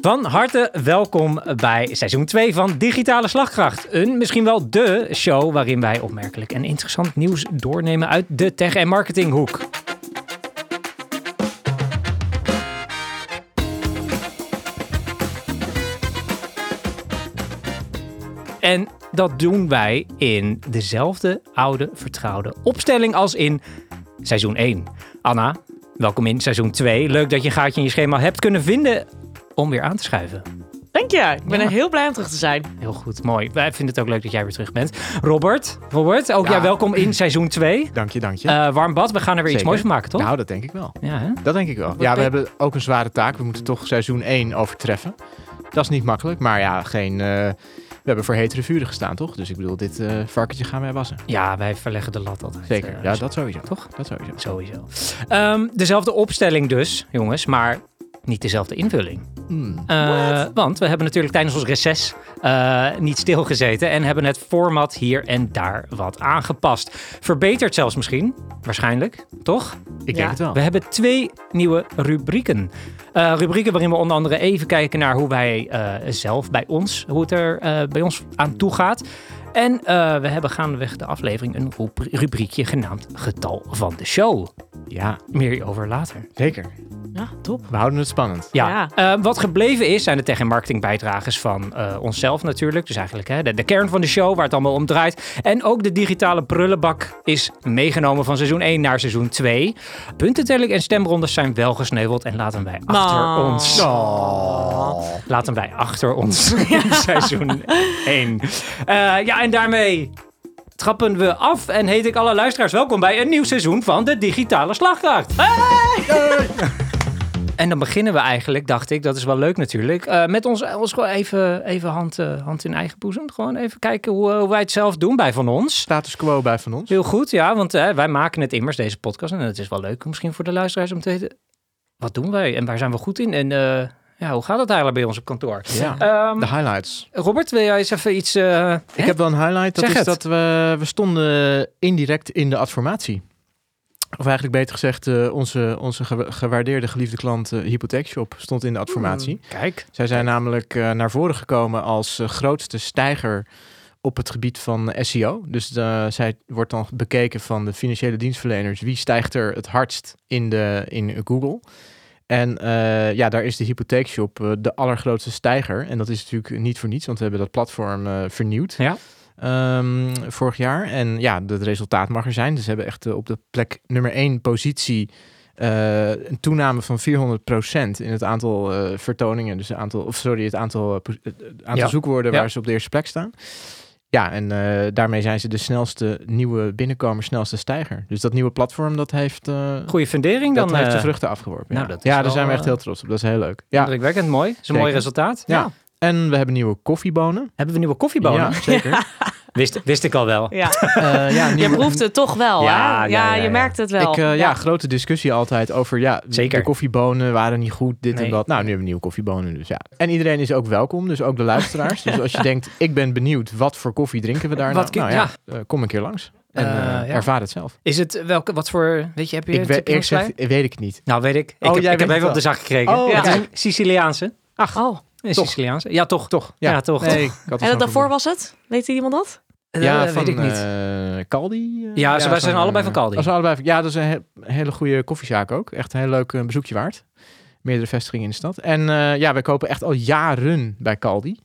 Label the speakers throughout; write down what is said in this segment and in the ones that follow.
Speaker 1: Van harte welkom bij seizoen 2 van Digitale Slagkracht. Een misschien wel de show waarin wij opmerkelijk en interessant nieuws doornemen uit de tech- en marketinghoek. En dat doen wij in dezelfde oude vertrouwde opstelling als in seizoen 1. Anna, welkom in seizoen 2. Leuk dat je een gaatje in je schema hebt kunnen vinden om weer aan te schuiven.
Speaker 2: Dank je. Ik ben
Speaker 1: Ja.
Speaker 2: er heel blij om terug te zijn.
Speaker 1: Heel goed, mooi. Wij vinden het ook leuk dat jij weer terug bent. Robert, Robert ook
Speaker 3: Ja.
Speaker 1: jij welkom in seizoen 2.
Speaker 3: Dank je, dank je.
Speaker 1: Eh warm bad, we gaan er weer iets
Speaker 3: Zeker.
Speaker 1: moois van maken, toch?
Speaker 3: Nou, dat denk ik wel.
Speaker 1: ja, hè?
Speaker 3: Dat denk ik wel. Ja,
Speaker 1: ben-
Speaker 3: we hebben ook een zware taak. We moeten toch seizoen 1 overtreffen. Dat is niet makkelijk, maar ja, geen... eh, we hebben voor hetere vuren gestaan, toch? Dus ik bedoel, dit eh, varkentje gaan wij wassen.
Speaker 1: ja, wij verleggen de lat altijd.
Speaker 3: Zeker.
Speaker 1: eh,
Speaker 3: Ja,
Speaker 1: zo-
Speaker 3: dat sowieso.
Speaker 1: toch?
Speaker 3: Dat sowieso.
Speaker 1: Sowieso. Ehm, dezelfde opstelling dus, jongens, maar niet dezelfde invulling.
Speaker 3: Hmm.
Speaker 1: Eh, want we hebben natuurlijk tijdens ons reces eh, niet stilgezeten en hebben het format hier en daar wat aangepast. Verbeterd zelfs misschien, waarschijnlijk, toch?
Speaker 3: Ik
Speaker 2: Ja.
Speaker 3: denk het wel.
Speaker 1: We hebben twee nieuwe rubrieken. Eh, rubrieken waarin we onder andere even kijken naar hoe wij eh, zelf bij ons, hoe het er eh, bij ons aan toe gaat. En eh, we hebben gaandeweg de aflevering een rubri- rubriekje genaamd Getal van de Show.
Speaker 3: Ja,
Speaker 1: Meer hierover later.
Speaker 3: zeker.
Speaker 2: Ja, top.
Speaker 3: We houden het spannend.
Speaker 1: Ja. Eh, wat gebleven is, zijn de tech- en marketingbijdrages van eh, onszelf natuurlijk. Dus eigenlijk hè, de, de kern van de show, waar het allemaal om draait. En ook de digitale prullenbak is meegenomen van seizoen 1 naar seizoen 2. Puntentelling en stemrondes zijn wel gesneuveld en laten wij achter
Speaker 2: Nou.
Speaker 1: ons. Laten wij achter ons in seizoen 1. ja, en daarmee trappen we af en heet ik alle luisteraars welkom bij een nieuw seizoen van de Digitale Slagkracht. En dan beginnen we eigenlijk, dacht ik, dat is wel leuk natuurlijk, eh, met ons, ons gewoon even, even hand, eh, hand in eigen boezem. Gewoon even kijken hoe, eh, hoe wij het zelf doen bij Van Ons.
Speaker 3: Status quo bij van ons.
Speaker 1: Heel goed, ja, want eh, wij maken het immers, deze podcast. En het is wel leuk misschien voor de luisteraars om te weten, wat doen wij en waar zijn we goed in? En eh, ja, hoe gaat het eigenlijk bij ons op kantoor?
Speaker 3: Ja.
Speaker 1: Ehm,
Speaker 3: De highlights.
Speaker 1: Robert, wil jij eens even iets... eh,
Speaker 3: Ik heb wel een highlight. Dat
Speaker 1: Zeg het.
Speaker 3: is dat we, we stonden indirect in de adformatie. Of eigenlijk beter gezegd, eh, onze, onze gewa- gewaardeerde geliefde klant eh, Hypotheekshop stond in de adformatie.
Speaker 1: Hmm. Kijk.
Speaker 3: Zij zijn namelijk eh, naar voren gekomen als eh, grootste stijger op het gebied van SEO. Dus eh, zij wordt dan bekeken van de financiële dienstverleners. Wie stijgt er het hardst in, de, in Google? En eh, ja, daar is de hypotheekshop eh, de allergrootste stijger. En dat is natuurlijk niet voor niets, want we hebben dat platform eh, vernieuwd.
Speaker 1: Ja.
Speaker 3: ehm, vorig jaar. En ja, het resultaat mag er zijn. Dus ze hebben echt eh, op de plek nummer 1 positie eh, een toename van 400% in het aantal eh, vertoningen. Dus het aantal, of sorry, het aantal, eh, pos- het- het aantal
Speaker 1: Ja.
Speaker 3: zoekwoorden
Speaker 1: Ja.
Speaker 3: waar ze op de eerste plek staan. Ja, en eh, daarmee zijn ze de snelste nieuwe binnenkomer, snelste stijger. Dus dat nieuwe platform, dat heeft, eh,
Speaker 1: Goeie fundering
Speaker 3: dat
Speaker 1: dan.
Speaker 3: heeft de
Speaker 1: eh,
Speaker 3: vruchten afgeworpen.
Speaker 1: nou,
Speaker 3: ja,
Speaker 1: dat is
Speaker 3: ja daar
Speaker 1: wel,
Speaker 3: zijn we echt
Speaker 1: eh,
Speaker 3: heel trots op. Dat is heel leuk. Ja,
Speaker 1: Indrukwekkend, mooi. Dat is een mooi
Speaker 3: Zeker.
Speaker 1: resultaat. Nou.
Speaker 3: Ja. en we hebben nieuwe koffiebonen.
Speaker 1: Hebben we nieuwe koffiebonen?
Speaker 3: Ja, zeker.
Speaker 1: Wist, wist ik al wel.
Speaker 2: Ja.
Speaker 3: Eh, ja,
Speaker 2: Je
Speaker 3: nieuwe-
Speaker 2: proeft het toch wel,
Speaker 1: Ja,
Speaker 2: hè?
Speaker 1: ja,
Speaker 2: Ja,
Speaker 1: ja, ja.
Speaker 2: je merkt het wel.
Speaker 3: Ik, eh, ja. grote discussie altijd over ja,
Speaker 1: Zeker.
Speaker 3: de koffiebonen waren niet goed, dit
Speaker 1: Nee.
Speaker 3: en dat. Nou, nu hebben we nieuwe koffiebonen dus ja. En iedereen is ook welkom, dus ook de luisteraars. dus als je denkt, ik ben benieuwd, wat voor koffie drinken we daar
Speaker 1: Wat ki-
Speaker 3: nou? Nou ja, eh, kom een keer langs en
Speaker 1: Eh,
Speaker 3: eh,
Speaker 1: ja.
Speaker 3: ervaar het zelf.
Speaker 1: Is het welke, wat voor, weet je, heb je
Speaker 3: Ik
Speaker 1: een
Speaker 3: weet,
Speaker 1: tipje
Speaker 3: eerlijk
Speaker 1: nog bij?
Speaker 3: gezegd, weet ik niet.
Speaker 1: Nou, weet ik. Ik
Speaker 3: Oh,
Speaker 1: heb,
Speaker 3: jij
Speaker 1: ik heb
Speaker 3: weet het
Speaker 1: even op de
Speaker 3: wel.
Speaker 1: zak gekregen.
Speaker 3: Oh,
Speaker 1: ja. Het is
Speaker 3: kijk.
Speaker 1: een Siciliaanse.
Speaker 2: Oh.
Speaker 1: Een
Speaker 3: Toch.
Speaker 1: Siciliaanse. Ja, toch.
Speaker 3: Toch? Ja,
Speaker 1: Ja, Eh, toch.
Speaker 3: Nee, ik had het
Speaker 2: En
Speaker 3: zo
Speaker 2: dat daarvoor
Speaker 3: vermoed.
Speaker 2: was het? Weet iemand dat?
Speaker 3: Ja,
Speaker 1: Eh,
Speaker 3: van,
Speaker 1: weet ik niet.
Speaker 3: eh, Caldi? eh,
Speaker 1: Ja, ze- wij zijn
Speaker 3: zo'n,
Speaker 1: allebei van
Speaker 3: eh,
Speaker 1: Caldi.
Speaker 3: oh, ze allebei van- ja, dat is een he- hele goede koffiezaak ook. Echt een heel leuk eh, bezoekje waard. Meerdere vestigingen in de stad. En eh, ja, wij kopen echt al jaren bij Caldi.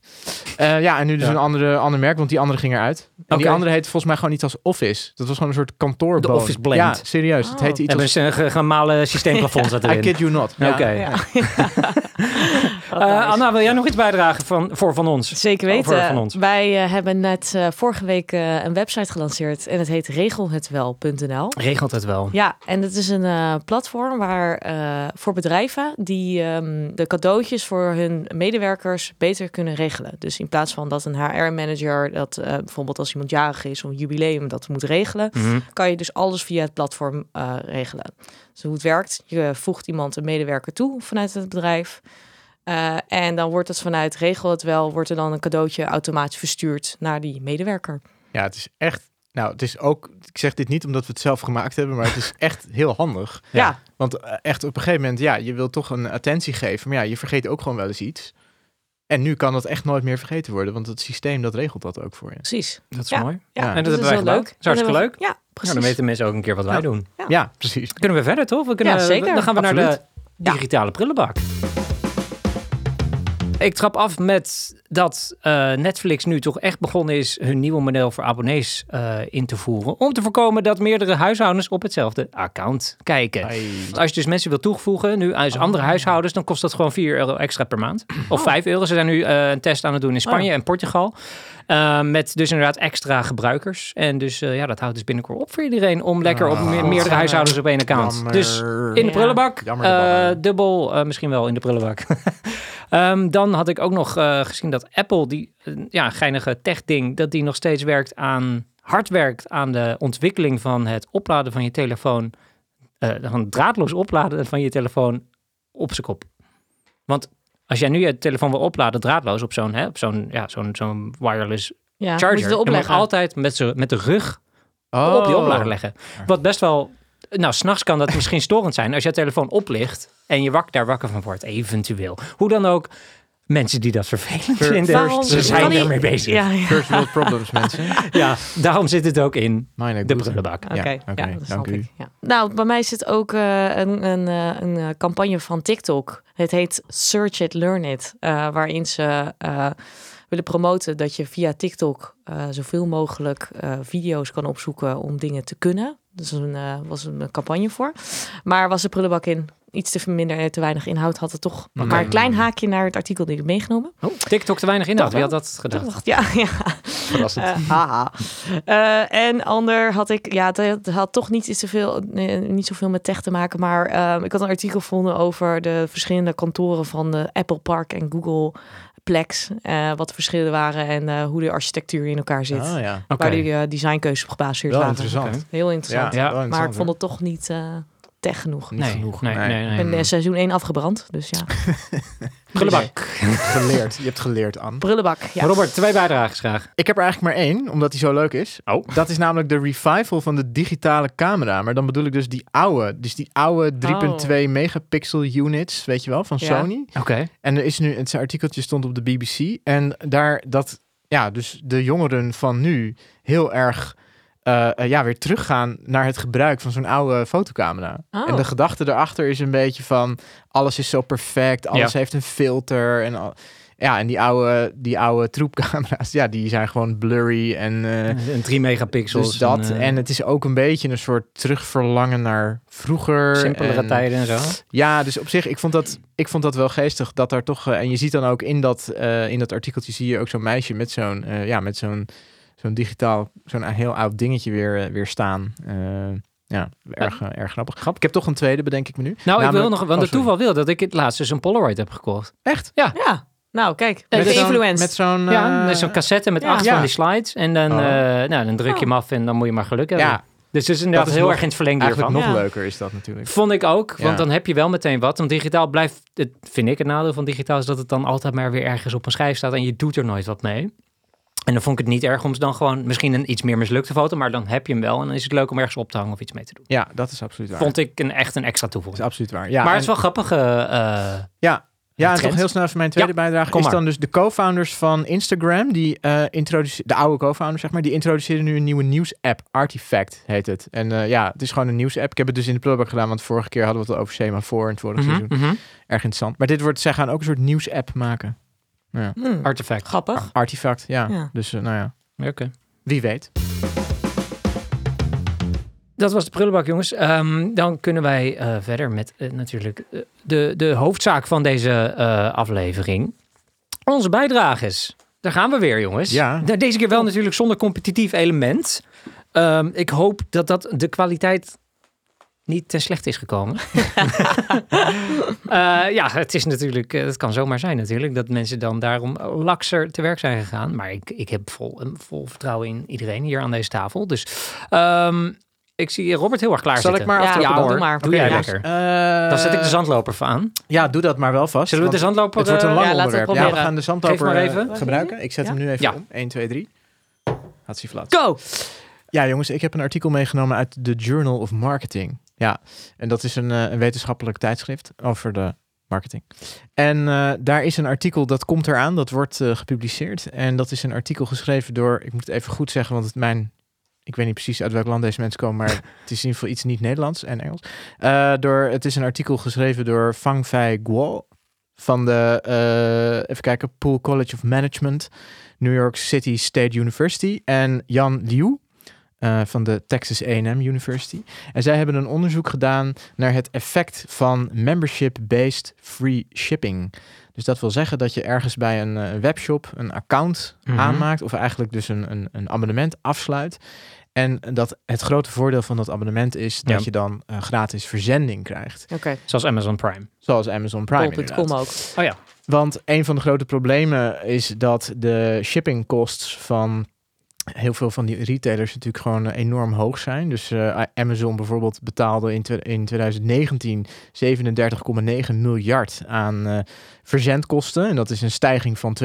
Speaker 3: Eh, ja, en nu dus
Speaker 1: Ja.
Speaker 3: een andere, ander merk, want die andere ging eruit. En die
Speaker 1: Oké.
Speaker 3: andere heette volgens mij gewoon iets als Office. Dat was gewoon een soort kantoorboon.
Speaker 1: De Office blend.
Speaker 3: Ja, serieus. Het
Speaker 2: Oh.
Speaker 1: We
Speaker 3: heette
Speaker 1: hebben
Speaker 3: iets als...
Speaker 1: ze een ge- gemalen systeemplafond zat
Speaker 3: I
Speaker 1: erin.
Speaker 3: kid you not.
Speaker 1: Oké.
Speaker 3: Ja.
Speaker 2: Wat
Speaker 1: Eh,
Speaker 2: nice.
Speaker 1: Anna, wil jij nog iets bijdragen van, voor van ons?
Speaker 2: Zeker
Speaker 1: Over
Speaker 2: weten.
Speaker 1: van ons.
Speaker 2: Wij eh, hebben net eh, vorige week eh, een website gelanceerd en het heet regelhetwel.nl.
Speaker 1: Regelt het wel.
Speaker 2: Ja, en dat is een eh, platform waar eh, voor bedrijven die ehm, de cadeautjes voor hun medewerkers beter kunnen regelen. Dus in plaats van dat een HR-manager dat eh, bijvoorbeeld als iemand jarig is of een jubileum dat moet regelen,
Speaker 1: Mhm.
Speaker 2: kan je dus alles via het platform eh, regelen. Dus hoe het werkt, je voegt iemand een medewerker toe vanuit het bedrijf. eh, en dan wordt het vanuit regel het wel, wordt er dan een cadeautje automatisch verstuurd naar die medewerker.
Speaker 3: Ja, het is echt... Nou, het is ook... Ik zeg dit niet omdat we het zelf gemaakt hebben, maar het is echt heel handig.
Speaker 1: Ja.
Speaker 2: Ja,
Speaker 3: Want eh, echt op een gegeven moment, ja, je wilt toch een attentie geven. Maar ja, je vergeet ook gewoon wel eens iets. En nu kan dat echt nooit meer vergeten worden, want het systeem dat regelt dat ook voor je.
Speaker 2: Precies.
Speaker 1: Dat is
Speaker 2: Ja. dus
Speaker 1: mooi.
Speaker 3: Ja,
Speaker 1: en dat,
Speaker 2: is
Speaker 1: hebben wij
Speaker 2: wel
Speaker 1: gedaan. Dat is hartstikke
Speaker 2: En
Speaker 1: leuk.
Speaker 2: dan hebben we- Ja, precies.
Speaker 1: Nou, dan weten mensen ook een keer wat wij
Speaker 3: Ja.
Speaker 1: doen.
Speaker 2: Ja.
Speaker 3: Ja, precies.
Speaker 1: Kunnen we verder, toch? We kunnen,
Speaker 2: Ja, zeker.
Speaker 1: Dan gaan we naar
Speaker 3: Absoluut.
Speaker 1: de digitale prullenbak. Ik trap af met dat eh, Netflix nu toch echt begonnen is hun nieuwe model voor abonnees eh, in te voeren. Om te voorkomen dat meerdere huishoudens op hetzelfde account kijken. Want Als je dus mensen wil toevoegen, nu als andere huishoudens, dan kost dat gewoon 4 euro extra per maand. Of 5 euro. Ze zijn nu eh, een test aan het doen in Spanje en Portugal. Eh, met dus inderdaad extra gebruikers. En dus eh, ja, dat houdt dus binnenkort op voor iedereen om lekker op
Speaker 3: Oh,
Speaker 1: me- meerdere
Speaker 2: jammer.
Speaker 1: huishoudens op één account.
Speaker 3: Jammer.
Speaker 1: Dus in de
Speaker 2: Ja.
Speaker 1: prullenbak.
Speaker 3: Jammer de
Speaker 1: eh,
Speaker 3: banaan.
Speaker 1: dubbel, eh, misschien wel in de prullenbak. Ehm, dan had ik ook nog eh, gezien dat Apple, die eh, ja, geinige tech-ding, dat die nog steeds werkt aan, hard werkt aan de ontwikkeling van het opladen van je telefoon, eh, van het draadloos opladen van je telefoon op zijn kop. Want als jij nu je telefoon wil opladen draadloos op zo'n hè, op zo'n ja, zo'n zo'n wireless
Speaker 2: Ja, moet je
Speaker 1: charger,
Speaker 2: het
Speaker 1: dan moet je
Speaker 2: opleggen.
Speaker 1: altijd met, z'n- met de rug
Speaker 3: Oh.
Speaker 1: op die oplader leggen. Wat best wel... Nou, s'nachts kan dat misschien storend zijn als je telefoon oplicht en je wak daar wakker van wordt, eventueel. Hoe dan ook, mensen die dat vervelend
Speaker 3: Ver-
Speaker 1: vinden,
Speaker 2: Waarom-
Speaker 1: ze zijn
Speaker 2: kan die-
Speaker 1: ermee bezig. Ja.
Speaker 2: Ja, ja.
Speaker 3: First world problems, mensen.
Speaker 1: daarom zit het ook in
Speaker 3: Mijn
Speaker 1: de
Speaker 3: goed.
Speaker 1: prullenbak.
Speaker 2: Oké,
Speaker 3: Ja,
Speaker 2: ja,
Speaker 3: oké,
Speaker 2: dat
Speaker 3: dank
Speaker 2: snap
Speaker 3: u.
Speaker 2: ik. Ja. Nou, bij mij zit ook eh, een, een, eh, een eh, campagne van TikTok. Het heet Search It, Learn It. eh, waarin ze eh, willen promoten dat je via TikTok eh, zoveel mogelijk eh, video's kan opzoeken om dingen te kunnen. Dus een, eh, was een campagne voor. Maar was de prullenbak in iets te minder en te weinig inhoud had het toch.
Speaker 3: Oké.
Speaker 2: Maar een klein haakje naar het artikel die ik heb meegenomen.
Speaker 1: Oh, TikTok te weinig inhoud,
Speaker 2: Toch
Speaker 1: wie
Speaker 2: wel?
Speaker 1: had dat gedacht?
Speaker 2: Ja, ja.
Speaker 3: Verrassend.
Speaker 2: Eh, haha. Eh, en ander had ik, ja, het had toch niet, iets te veel, nee, niet zoveel met tech te maken, maar ehm, ik had een artikel gevonden over de verschillende kantoren van de Apple Park en Google Plex, eh, wat de verschillen waren en eh, hoe de architectuur in elkaar zit.
Speaker 3: Ah, ja.
Speaker 1: Oké.
Speaker 2: Waar die eh, designkeuzes op gebaseerd
Speaker 3: Wel
Speaker 2: waren.
Speaker 3: interessant.
Speaker 1: Oké.
Speaker 2: Heel interessant.
Speaker 1: Ja,
Speaker 3: wel
Speaker 2: maar ik vond
Speaker 3: interessant,
Speaker 2: het toch niet eh, tech genoeg.
Speaker 3: hoor. Niet
Speaker 1: Nee,
Speaker 3: genoeg.
Speaker 1: nee, nee, nee.
Speaker 2: Ik ben eh, seizoen 1 afgebrand, dus ja.
Speaker 1: Prullenbak.
Speaker 3: Geleerd. Je hebt geleerd, Anne.
Speaker 2: Prullenbak, ja.
Speaker 1: Robert, twee bijdrages graag.
Speaker 3: Ik heb er eigenlijk maar één, omdat die zo leuk is.
Speaker 1: Oh.
Speaker 3: Dat is namelijk de revival van de digitale camera. Maar dan bedoel ik dus die oude. Dus die oude 3.2 megapixel units, weet je wel, van
Speaker 2: Ja.
Speaker 3: Sony.
Speaker 1: Oké.
Speaker 3: En er is nu, het artikeltje stond op de BBC. En daar dat, ja, dus de jongeren van nu heel erg eh, eh, ja, weer teruggaan naar het gebruik van zo'n oude fotocamera.
Speaker 2: Oh.
Speaker 3: En de gedachte erachter is een beetje van alles is zo perfect, alles
Speaker 1: Ja.
Speaker 3: heeft een filter en al- ja, en die oude, die oude troepcamera's, ja, die zijn gewoon blurry en eh,
Speaker 1: Een 3 megapixels.
Speaker 3: dus dat.
Speaker 1: een, eh,
Speaker 3: en het is ook een beetje een soort terugverlangen naar vroeger.
Speaker 1: simpelere
Speaker 3: en-
Speaker 1: tijden en zo.
Speaker 3: ja, dus op zich, ik vond dat, ik vond dat wel geestig. Dat daar toch, eh, en je ziet dan ook in dat, eh, in dat artikeltje zie je ook zo'n meisje met zo'n eh, ja, met zo'n zo'n digitaal, zo'n heel oud dingetje weer, eh, weer staan. Eh, ja, erg, eh, erg grappig.
Speaker 1: Grappig.
Speaker 3: Ik heb toch een tweede, bedenk ik me nu.
Speaker 1: Nou, ik wil
Speaker 3: Namelijk-
Speaker 1: nog, want
Speaker 3: Oh,
Speaker 1: het
Speaker 3: sorry.
Speaker 1: toeval wil dat ik het laatst dus een Polaroid heb gekocht.
Speaker 3: Echt?
Speaker 2: Ja, nou kijk,
Speaker 1: Met
Speaker 2: met de
Speaker 1: zo'n-
Speaker 2: influence.
Speaker 3: Met zo'n...
Speaker 1: Ja,
Speaker 3: eh,
Speaker 1: met zo'n cassette met
Speaker 2: ja.
Speaker 1: acht van
Speaker 3: Ja.
Speaker 1: die slides. En dan,
Speaker 3: Oh.
Speaker 1: eh, nou, dan druk je
Speaker 2: Oh.
Speaker 1: hem af en dan moet je maar geluk hebben.
Speaker 3: Ja,
Speaker 1: Dus het is inderdaad
Speaker 3: Dat is
Speaker 1: heel
Speaker 3: nog-
Speaker 1: erg in het verlengde
Speaker 3: eigenlijk
Speaker 1: hiervan.
Speaker 3: nog
Speaker 2: Ja.
Speaker 3: leuker is dat natuurlijk.
Speaker 1: Vond ik ook, want
Speaker 3: Ja.
Speaker 1: dan heb je wel meteen wat. Want digitaal blijft, het, vind ik het nadeel van digitaal, is dat het dan altijd maar weer ergens op een schijf staat en je doet er nooit wat mee. En dan vond ik het niet erg om ze dan gewoon misschien een iets meer mislukte foto, maar dan heb je hem wel en dan is het leuk om ergens op te hangen of iets mee te doen.
Speaker 3: Ja, dat is absoluut waar.
Speaker 1: Vond ik een, echt een extra
Speaker 3: Dat
Speaker 1: toevoeging.
Speaker 3: is absoluut waar. Ja,
Speaker 1: maar het
Speaker 3: en-
Speaker 1: is wel grappig. eh, eh,
Speaker 3: Ja. Ja, en
Speaker 1: trend.
Speaker 3: toch heel snel even mijn tweede
Speaker 1: Ja,
Speaker 3: bijdrage.
Speaker 1: kom
Speaker 3: is
Speaker 1: maar.
Speaker 3: dan dus de co-founders van Instagram, die eh introduce- de oude co-founders zeg maar, die introduceren nu een nieuwe nieuws-app. Artifact heet het. En eh, ja, het is gewoon een nieuws-app. Ik heb het dus in de prullenbak gedaan, want vorige keer hadden we het al over Semafor in het vorige
Speaker 1: mhm,
Speaker 3: seizoen.
Speaker 1: mhm.
Speaker 3: Erg interessant. Maar dit wordt, zij gaan ook een soort nieuws-app maken. Ja.
Speaker 2: Hmm,
Speaker 1: Artefact.
Speaker 2: Grappig.
Speaker 3: Artifact, ja.
Speaker 2: Ja.
Speaker 3: Dus eh, nou ja,
Speaker 1: Oké.
Speaker 3: wie weet.
Speaker 1: Dat was de prullenbak, jongens. Ehm, dan kunnen wij eh, verder met eh, natuurlijk eh, de, de hoofdzaak van deze eh, aflevering. Onze bijdrages. Daar gaan we weer, jongens.
Speaker 3: Ja.
Speaker 1: Nou, Deze keer wel natuurlijk zonder competitief element. Ehm, ik hoop dat, dat de kwaliteit niet ten slecht is gekomen. Eh, ja, het is natuurlijk, eh, het kan zomaar zijn natuurlijk, dat mensen dan daarom lakser te werk zijn gegaan. Maar ik, ik heb vol, eh, vol vertrouwen in iedereen hier aan deze tafel. Dus ehm, ik zie Robert heel erg klaar
Speaker 3: Zal
Speaker 1: zitten.
Speaker 3: ik maar
Speaker 2: Ja,
Speaker 3: aftrappen
Speaker 2: ja,
Speaker 3: dan?
Speaker 2: doe maar.
Speaker 1: Doe jij
Speaker 2: Ja.
Speaker 1: lekker.
Speaker 3: Eh,
Speaker 1: Dan zet ik de zandloper even aan.
Speaker 3: Ja, doe dat maar wel vast.
Speaker 1: Zullen we de
Speaker 3: want
Speaker 1: zandloper...
Speaker 3: het wordt
Speaker 1: eh,
Speaker 3: een lang
Speaker 2: Ja, laten we het
Speaker 3: onderwerp. Ja, we
Speaker 2: proberen.
Speaker 3: gaan de zandloper
Speaker 1: maar
Speaker 3: eh,
Speaker 1: even.
Speaker 3: gebruiken. Ik zet
Speaker 2: Ja?
Speaker 3: hem nu even
Speaker 1: Ja.
Speaker 3: om. 1, 2, 3. Had hij flat.
Speaker 2: Go!
Speaker 3: Ja, jongens, ik heb een artikel meegenomen uit The Journal of Marketing. Ja, en dat is een, eh, een wetenschappelijk tijdschrift over de marketing. En eh, daar is een artikel, dat komt eraan, dat wordt eh, gepubliceerd. En dat is een artikel geschreven door, ik moet het even goed zeggen, want het mijn, ik weet niet precies uit welk land deze mensen komen, maar het is in ieder geval iets niet Nederlands en Engels. Eh, door, het is een artikel geschreven door Fang Fei Guo van de, eh, even kijken, Poole College of Management, New York City State University en Jan Liu. eh, van de Texas A&M University. En zij hebben een onderzoek gedaan naar het effect van membership-based free shipping. Dus dat wil zeggen dat je ergens bij een eh, webshop een account
Speaker 1: Mhm.
Speaker 3: aanmaakt, of eigenlijk dus een, een, een abonnement afsluit. En dat het grote voordeel van dat abonnement is dat
Speaker 1: Ja.
Speaker 3: je dan eh, gratis verzending krijgt.
Speaker 2: Oké, okay.
Speaker 1: Zoals Amazon Prime.
Speaker 3: Zoals Amazon Prime. inderdaad.
Speaker 2: ook.
Speaker 1: Oh ja.
Speaker 3: Want een van de grote problemen is dat de shipping costs van heel veel van die retailers natuurlijk gewoon eh, enorm hoog zijn. Dus eh, Amazon bijvoorbeeld betaalde in, twe- in 2019 37,9 miljard aan eh, verzendkosten. En dat is een stijging van 230%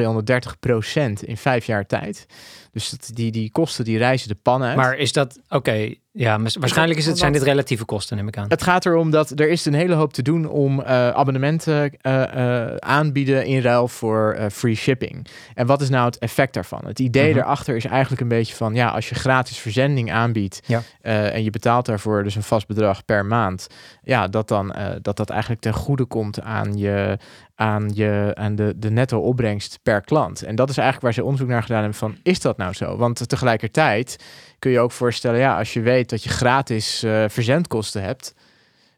Speaker 3: in vijf jaar tijd. Dus dat, die, die kosten die reizen de pan uit.
Speaker 1: Maar is dat... Oké, ja. mis- Waarschijnlijk is het, zijn dit relatieve kosten, neem ik aan.
Speaker 3: Het gaat erom dat er is een hele hoop te doen om eh, abonnementen eh, eh, aanbieden in ruil voor eh, free shipping. En wat is nou het effect daarvan? Het idee
Speaker 1: Mhm.
Speaker 3: daarachter is eigenlijk een beetje van, ja, als je gratis verzending aanbiedt
Speaker 1: Ja.
Speaker 3: eh, en je betaalt daarvoor dus een vast bedrag per maand, ja, dat dan eh, dat dat eigenlijk ten goede komt aan je aan je aan de, de netto opbrengst per klant. En dat is eigenlijk waar ze onderzoek naar gedaan hebben van, is dat nou zo? Want tegelijkertijd kun je ook voorstellen, ja, als je weet dat je gratis eh, verzendkosten hebt.
Speaker 2: Ga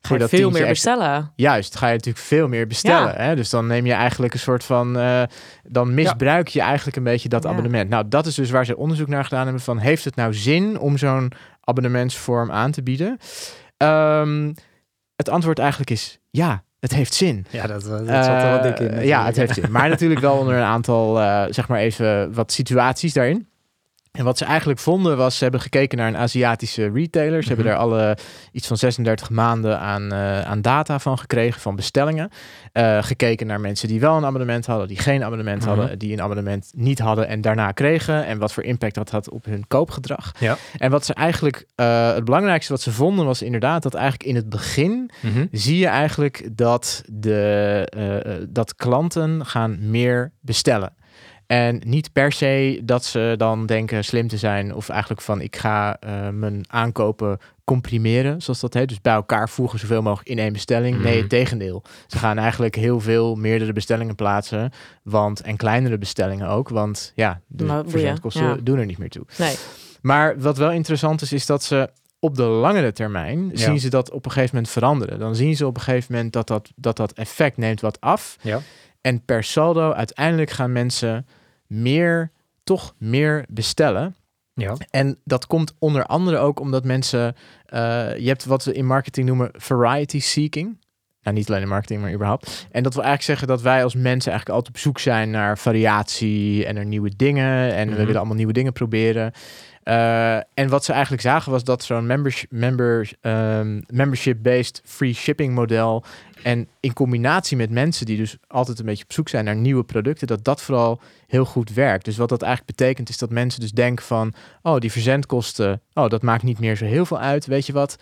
Speaker 3: voor
Speaker 2: je
Speaker 3: dat
Speaker 2: veel
Speaker 3: tientje
Speaker 2: meer
Speaker 3: extra-
Speaker 2: bestellen.
Speaker 3: Juist, ga je natuurlijk veel meer bestellen. Hè? Dus dan neem je eigenlijk een soort van. eh, dan misbruik je eigenlijk een beetje dat
Speaker 2: Ja.
Speaker 3: abonnement. Nou, dat is dus waar ze onderzoek naar gedaan hebben: van heeft het nou zin om zo'n abonnementsvorm aan te bieden? Ehm, het antwoord eigenlijk is ja, het heeft zin.
Speaker 1: Ja, dat, dat
Speaker 3: Eh, ja, het heeft zin. Maar natuurlijk wel onder een aantal, eh, zeg maar even wat situaties daarin. En wat ze eigenlijk vonden was, ze hebben gekeken naar een Aziatische retailer. Ze hebben
Speaker 1: Mhm.
Speaker 3: daar alle iets van 36 maanden aan, eh, aan data van gekregen, van bestellingen. Eh, gekeken naar mensen die wel een abonnement hadden, die geen abonnement
Speaker 1: Mhm.
Speaker 3: hadden, die een abonnement niet hadden en daarna kregen. En wat voor impact dat had op hun koopgedrag.
Speaker 1: Ja.
Speaker 3: En wat ze eigenlijk, eh, het belangrijkste wat ze vonden was inderdaad dat eigenlijk in het begin
Speaker 1: Mhm.
Speaker 3: zie je eigenlijk dat, de, eh, eh, dat klanten gaan meer bestellen. En niet per se dat ze dan denken slim te zijn of eigenlijk van ik ga eh, mijn aankopen comprimeren, zoals dat heet. Dus bij elkaar voegen zoveel mogelijk in één bestelling. Nee,
Speaker 1: Mhm.
Speaker 3: het tegendeel. Ze gaan eigenlijk heel veel meerdere bestellingen plaatsen want, en kleinere bestellingen ook, want ja, de
Speaker 2: Maar boeien,
Speaker 3: verzendkosten
Speaker 2: ja.
Speaker 3: doen er niet meer toe.
Speaker 2: Nee.
Speaker 3: Maar wat wel interessant is, is dat ze op de langere termijn
Speaker 1: Ja.
Speaker 3: zien ze dat op een gegeven moment veranderen. Dan zien ze op een gegeven moment dat dat, dat, dat effect neemt wat af.
Speaker 1: Ja.
Speaker 3: En per saldo uiteindelijk gaan mensen meer, toch meer bestellen.
Speaker 1: Ja.
Speaker 3: En dat komt onder andere ook omdat mensen, eh, je hebt wat we in marketing noemen variety seeking. Nou, niet alleen in marketing, maar überhaupt. En dat wil eigenlijk zeggen dat wij als mensen eigenlijk altijd op zoek zijn naar variatie en naar nieuwe dingen. En we
Speaker 1: Mhm.
Speaker 3: willen allemaal nieuwe dingen proberen. Eh, en wat ze eigenlijk zagen was dat zo'n members, members, ehm, membership-based free shipping model. En in combinatie met mensen die dus altijd een beetje op zoek zijn naar nieuwe producten, dat dat vooral heel goed werkt. Dus wat dat eigenlijk betekent is dat mensen dus denken van, oh die verzendkosten, oh dat maakt niet meer zo heel veel uit. Weet je wat?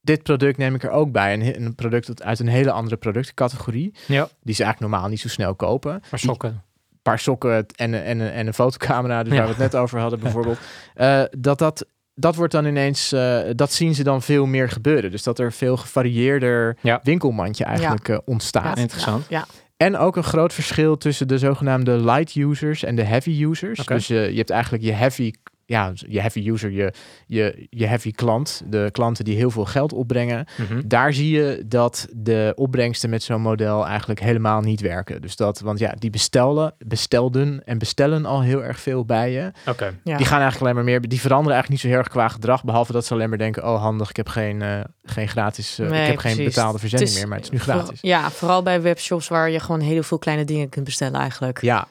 Speaker 3: Dit product neem ik er ook bij. Een, he- een product dat- uit een hele andere productcategorie.
Speaker 1: Ja.
Speaker 3: Die ze eigenlijk normaal niet zo snel kopen
Speaker 1: Maar sokken.
Speaker 3: paar sokken en, een- en, een- en een fotocamera, dus
Speaker 1: Ja.
Speaker 3: waar we het net over hadden bijvoorbeeld, eh, dat dat dat wordt dan ineens, eh, dat zien ze dan veel meer gebeuren. Dus dat er veel gevarieerder
Speaker 1: Ja.
Speaker 3: winkelmandje eigenlijk eh, ontstaat.
Speaker 1: Interessant.
Speaker 2: Ja,
Speaker 3: En ook een groot verschil tussen de zogenaamde light users en de heavy users.
Speaker 1: Oké.
Speaker 3: Dus je, je hebt eigenlijk je heavy, ja, je heavy user, je, je, je heavy klant, de klanten die heel veel geld opbrengen.
Speaker 1: Mhm.
Speaker 3: Daar zie je dat de opbrengsten met zo'n model eigenlijk helemaal niet werken. Dus dat, want ja, die bestelden, bestelden en bestellen al heel erg veel bij je.
Speaker 1: Oké.
Speaker 2: Ja.
Speaker 3: Die gaan eigenlijk alleen maar meer, die veranderen eigenlijk niet zo heel erg qua gedrag. Behalve dat ze alleen maar denken, oh handig, ik heb geen, eh, geen gratis, eh,
Speaker 2: Nee,
Speaker 3: ik heb geen
Speaker 2: precies.
Speaker 3: betaalde verzending
Speaker 2: Het is
Speaker 3: meer, maar het is nu
Speaker 2: voor-
Speaker 3: gratis.
Speaker 2: ja, vooral bij webshops waar je gewoon heel veel kleine dingen kunt bestellen eigenlijk.
Speaker 3: Ja.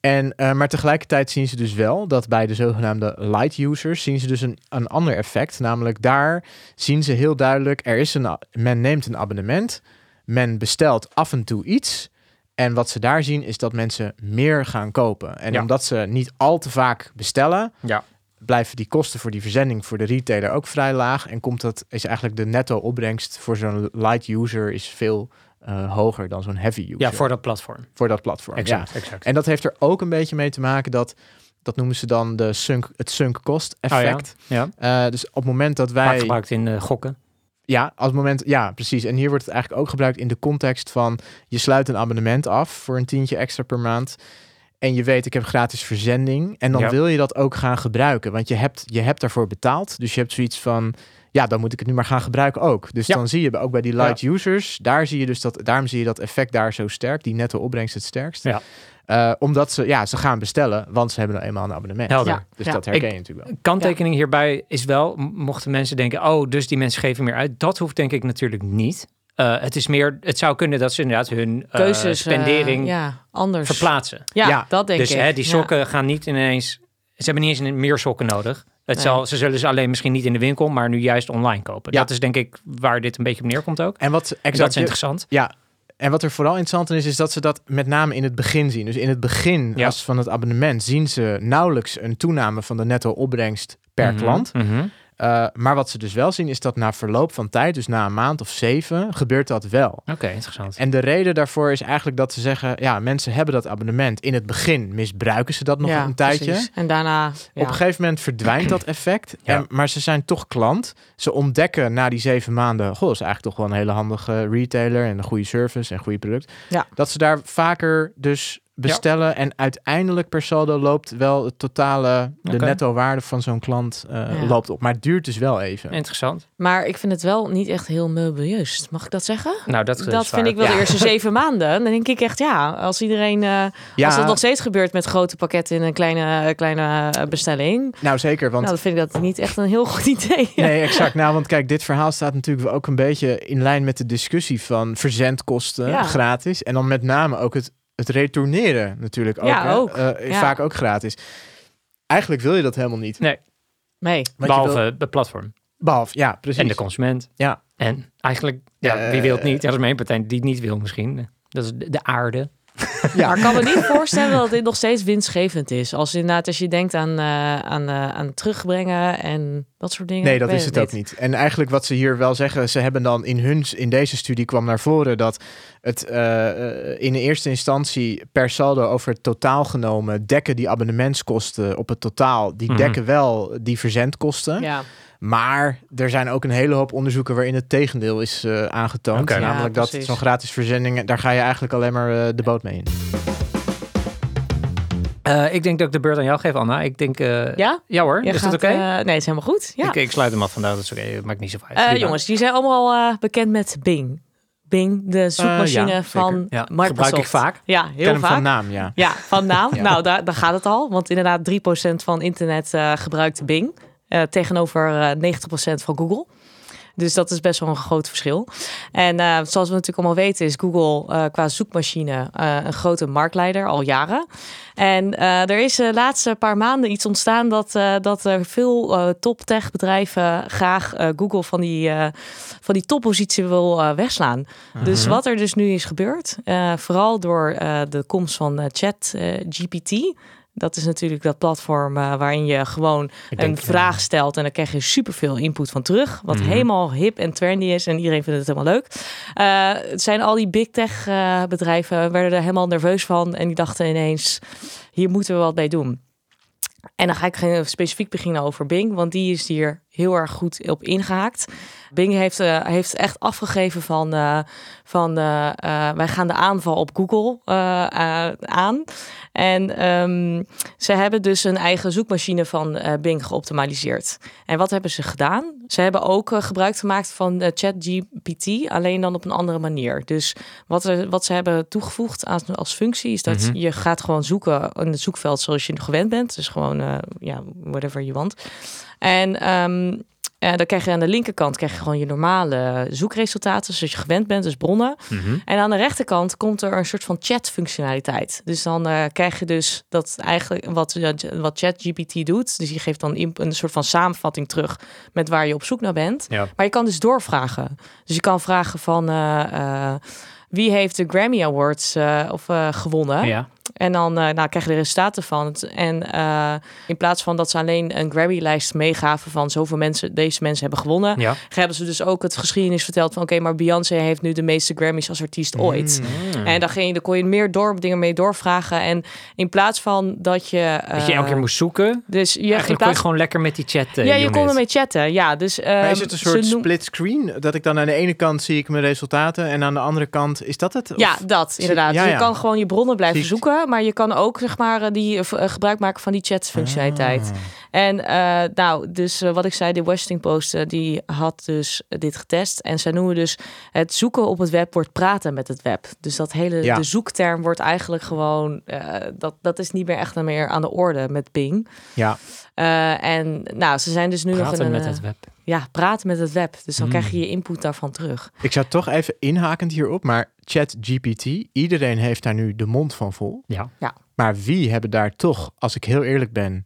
Speaker 3: En, eh, maar tegelijkertijd zien ze dus wel dat bij de zogenaamde light users zien ze dus een, een ander effect. Namelijk daar zien ze heel duidelijk, er is een, a- men neemt een abonnement, men bestelt af en toe iets. En wat ze daar zien is dat mensen meer gaan kopen. En
Speaker 1: Ja.
Speaker 3: omdat ze niet al te vaak bestellen,
Speaker 1: Ja.
Speaker 3: blijven die kosten voor die verzending voor de retailer ook vrij laag. En komt dat, is eigenlijk de netto opbrengst voor zo'n light user is veel eh, hoger dan zo'n heavy user
Speaker 1: Ja, voor dat platform.
Speaker 3: voor dat platform. Ja.
Speaker 1: Exact, exact.
Speaker 3: En dat heeft er ook een beetje mee te maken dat, dat noemen ze dan de sunk, het sunk cost effect.
Speaker 1: Oh ja.
Speaker 3: Eh, dus op het moment dat
Speaker 1: Vaak
Speaker 3: wij...
Speaker 1: gebruikt in eh, gokken.
Speaker 3: Ja, als het moment, ja, precies. En hier wordt het eigenlijk ook gebruikt in de context van je sluit een abonnement af voor een tientje extra per maand. En je weet, ik heb gratis verzending. En dan
Speaker 1: Ja.
Speaker 3: wil je dat ook gaan gebruiken. Want je hebt, je hebt daarvoor betaald. Dus je hebt zoiets van, ja, dan moet ik het nu maar gaan gebruiken ook. Dus
Speaker 1: Ja.
Speaker 3: dan zie je ook bij die light users, daar zie je dus dat, daarom zie je dat effect daar zo sterk. Die netto opbrengst het sterkst.
Speaker 1: Ja.
Speaker 3: Eh, omdat ze, ja, ze gaan bestellen, want ze hebben nou eenmaal een abonnement.
Speaker 1: Helder.
Speaker 2: Ja.
Speaker 3: Dus dat herken je natuurlijk wel.
Speaker 1: Kanttekening hierbij is wel, m- mochten mensen denken, oh, dus die mensen geven meer uit. Dat hoeft denk ik natuurlijk niet. Eh, het is meer, het zou kunnen dat ze inderdaad hun eh,
Speaker 2: Keuzes, eh,
Speaker 1: spendering
Speaker 2: ja, anders.
Speaker 1: verplaatsen.
Speaker 2: Ja,
Speaker 3: Ja,
Speaker 2: dat denk
Speaker 1: dus
Speaker 2: ik.
Speaker 1: hè, die
Speaker 2: Ja.
Speaker 1: sokken gaan niet ineens, ze hebben niet eens meer sokken nodig. Het
Speaker 2: Nee.
Speaker 1: zal, ze zullen ze alleen misschien niet in de winkel, maar nu juist online kopen.
Speaker 3: Ja.
Speaker 1: Dat is denk ik waar dit een beetje op neerkomt ook.
Speaker 3: En wat
Speaker 1: En dat
Speaker 3: exact
Speaker 1: is
Speaker 3: je-
Speaker 1: interessant.
Speaker 3: Ja, en wat er vooral interessant aan is, is dat ze dat met name in het begin zien. Dus in het begin
Speaker 1: Ja.
Speaker 3: als van het abonnement zien ze nauwelijks een toename van de netto opbrengst per
Speaker 1: Mhm,
Speaker 3: klant.
Speaker 1: mhm.
Speaker 3: Eh, maar wat ze dus wel zien, is dat na verloop van tijd, dus na een maand of zeven, gebeurt dat wel.
Speaker 1: Oké, interessant.
Speaker 3: En de reden daarvoor is eigenlijk dat ze zeggen, ja, mensen hebben dat abonnement. In het begin misbruiken ze dat nog
Speaker 2: Ja,
Speaker 3: een tijdje.
Speaker 2: precies. En daarna... Ja.
Speaker 3: Op een gegeven moment verdwijnt dat effect,
Speaker 1: Ja.
Speaker 3: en, maar ze zijn toch klant. Ze ontdekken na die zeven maanden, goh, dat is eigenlijk toch wel een hele handige eh, retailer en een goede service en een goede product.
Speaker 2: Ja.
Speaker 3: Dat ze daar vaker dus bestellen en uiteindelijk per saldo loopt wel het totale, de
Speaker 1: Oké.
Speaker 3: netto waarde van zo'n klant eh,
Speaker 2: Ja.
Speaker 3: loopt op. Maar het duurt dus wel even.
Speaker 1: Interessant.
Speaker 2: Maar ik vind het wel niet echt heel meubeleus. Mag ik dat zeggen?
Speaker 1: Nou, dat, is
Speaker 2: Dat
Speaker 1: waar.
Speaker 2: vind ik wel de eerste zeven maanden. Dan denk ik echt, ja, als iedereen... eh,
Speaker 3: ja,
Speaker 2: Als dat nog steeds gebeurt met grote pakketten in een kleine, kleine eh, bestelling...
Speaker 3: nou zeker, want...
Speaker 2: Nou, dan vind ik dat niet echt een heel goed idee.
Speaker 3: Nee, exact. Nou, want kijk, dit verhaal staat natuurlijk ook een beetje in lijn met de discussie van verzendkosten
Speaker 2: Ja.
Speaker 3: gratis. En dan met name ook het, het retourneren natuurlijk ook.
Speaker 2: Ja,
Speaker 3: hè.
Speaker 2: ook.
Speaker 3: Eh,
Speaker 2: Ja.
Speaker 3: Vaak ook gratis. Eigenlijk wil je dat helemaal niet.
Speaker 2: Nee.
Speaker 3: Want je
Speaker 1: Behalve
Speaker 3: wil-
Speaker 1: het platform
Speaker 3: behalve, ja, precies.
Speaker 1: en de consument.
Speaker 3: Ja.
Speaker 1: En eigenlijk, ja,
Speaker 3: Eh,
Speaker 1: wie wil het niet? Ja, dat is mijn partij die het niet wil misschien. Dat is de, de aarde.
Speaker 3: Ja.
Speaker 2: Maar ik kan me niet voorstellen dat dit nog steeds winstgevend is. Als inderdaad, als je denkt aan, eh, aan, eh, aan terugbrengen en dat soort dingen.
Speaker 3: Nee,
Speaker 2: Ik
Speaker 3: dat
Speaker 2: weet
Speaker 3: is het ook niet. En eigenlijk wat ze hier wel zeggen, ze hebben dan in hun, in deze studie kwam naar voren dat het eh, eh, in de eerste instantie per saldo over het totaal genomen dekken die abonnementskosten op het totaal, die
Speaker 1: Mhm.
Speaker 3: dekken wel die verzendkosten.
Speaker 2: Ja,
Speaker 3: Maar er zijn ook een hele hoop onderzoeken waarin het tegendeel is eh, aangetoond.
Speaker 1: Oké. Ja,
Speaker 3: Namelijk dat
Speaker 2: precies.
Speaker 3: zo'n gratis verzending, eh, daar ga je eigenlijk alleen maar eh, de boot mee in.
Speaker 1: Eh, ik denk dat ik de beurt aan jou geef, Anna. Ik denk, eh, ja?
Speaker 2: ja?
Speaker 1: hoor,
Speaker 2: Jij
Speaker 1: is dat
Speaker 2: gaat,
Speaker 1: oké?
Speaker 2: eh, nee, het is helemaal goed. Ja.
Speaker 1: ik, ik sluit hem af vandaag, dat is oké. Het maakt niet zoveel uit.
Speaker 2: Eh,
Speaker 1: Prima.
Speaker 2: jongens, die zijn allemaal eh, bekend met Bing. Bing, de zoekmachine
Speaker 3: Eh, ja, zeker.
Speaker 2: van
Speaker 1: Ja,
Speaker 2: Microsoft.
Speaker 1: gebruik ik vaak.
Speaker 2: Ja,
Speaker 3: Ik
Speaker 2: heel
Speaker 3: ken hem
Speaker 2: vaak.
Speaker 3: van naam, ja.
Speaker 2: Ja, van naam.
Speaker 3: Ja.
Speaker 2: Nou, daar, daar gaat het al. Want inderdaad, 3% van internet eh, gebruikt Bing. eh, tegenover eh, 90% van Google. Dus dat is best wel een groot verschil. En eh, zoals we natuurlijk allemaal weten, is Google eh, qua zoekmachine eh, een grote marktleider al jaren. En eh, er is de laatste paar maanden iets ontstaan dat, eh, dat er veel eh top-tech bedrijven graag eh, Google van die, eh, van die toppositie wil eh, wegslaan. Dus wat er dus nu is gebeurd, eh, vooral door eh, de komst van ChatGPT. dat is natuurlijk dat platform eh, waarin je gewoon een vraag stelt en dan krijg je superveel input van terug. Wat
Speaker 1: Mhm.
Speaker 2: helemaal hip en trendy is en iedereen vindt het helemaal leuk. Eh, het zijn al die big tech eh, bedrijven werden er helemaal nerveus van en die dachten ineens, hier moeten we wat mee doen. En dan ga ik geen- specifiek beginnen over Bing, want die is hier heel erg goed op ingehaakt. Bing heeft, eh, heeft echt afgegeven van, eh, van eh, eh, wij gaan de aanval op Google eh, eh, aan. En ehm, ze hebben dus een eigen zoekmachine van eh, Bing geoptimaliseerd. En wat hebben ze gedaan? Ze hebben ook eh, gebruik gemaakt van eh, ChatGPT, alleen dan op een andere manier. Dus wat, er, wat ze hebben toegevoegd aan, als functie is dat
Speaker 1: Mhm.
Speaker 2: je gaat gewoon zoeken in het zoekveld zoals je gewend bent. Dus gewoon, eh, ja, whatever you want. En ehm, eh, dan krijg je aan de linkerkant krijg je gewoon je normale zoekresultaten, zoals je gewend bent, dus bronnen.
Speaker 1: Mhm.
Speaker 2: En aan de rechterkant komt er een soort van chat-functionaliteit. Dus dan eh, krijg je dus dat eigenlijk wat, wat ChatGPT doet. Dus die geeft dan in- een soort van samenvatting terug met waar je op zoek naar bent.
Speaker 1: Ja.
Speaker 2: Maar je kan dus doorvragen. Dus je kan vragen van eh, eh, wie heeft de Grammy Awards eh, of, eh, gewonnen?
Speaker 1: Ja.
Speaker 2: En dan eh, nou, krijg je de resultaten van. Het. En eh, in plaats van dat ze alleen een Grammy-lijst meegaven van zoveel mensen, deze mensen hebben gewonnen,
Speaker 1: Ja.
Speaker 2: hebben ze dus ook het geschiedenis verteld van oké, maar Beyoncé heeft nu de meeste Grammys als artiest ooit.
Speaker 1: Hmm.
Speaker 2: En dan, ging, dan kon je meer door, dingen mee doorvragen. En in plaats van dat je.
Speaker 1: Dat je elke keer
Speaker 2: eh,
Speaker 1: moest zoeken.
Speaker 2: Dus je, in
Speaker 1: Eigenlijk kon je
Speaker 2: plaats,
Speaker 1: gewoon lekker met die chat eh,
Speaker 2: ja, je
Speaker 1: unit.
Speaker 2: kon ermee chatten. Ja, dus,
Speaker 3: Maar is
Speaker 2: ehm,
Speaker 3: het een
Speaker 2: ze
Speaker 3: soort
Speaker 2: noem-
Speaker 3: split screen? Dat ik dan aan de ene kant zie ik mijn resultaten en aan de andere kant is dat het? Of-
Speaker 2: Ja, dat inderdaad.
Speaker 3: ja,
Speaker 2: Dus
Speaker 3: ja.
Speaker 2: je kan gewoon je bronnen blijven
Speaker 3: Ziek.
Speaker 2: zoeken, maar je kan ook zeg maar, eh, die, eh, v- eh, gebruik maken van die chatfunctionaliteit.
Speaker 3: Ah.
Speaker 2: En eh, nou, dus eh, wat ik zei, de Washington Post eh, die had dus eh, dit getest. En zij noemen dus het zoeken op het web wordt praten met het web. Dus dat hele
Speaker 3: Ja.
Speaker 2: de zoekterm wordt eigenlijk gewoon, eh, dat, dat is niet meer echt aan- meer aan de orde met Bing.
Speaker 3: Ja.
Speaker 2: Eh, en nou, ze zijn dus nu nog in
Speaker 1: Praten
Speaker 2: een,
Speaker 1: met
Speaker 2: eh,
Speaker 1: het web.
Speaker 2: ja, praten met het web. Dus dan
Speaker 1: Mm.
Speaker 3: Hmm.
Speaker 2: krijg je je input daarvan terug.
Speaker 3: Ik zou toch even inhakend hierop, maar ChatGPT, iedereen heeft daar nu de mond van vol.
Speaker 1: Ja.
Speaker 2: Ja.
Speaker 3: Maar wie hebben daar toch, als ik heel eerlijk ben,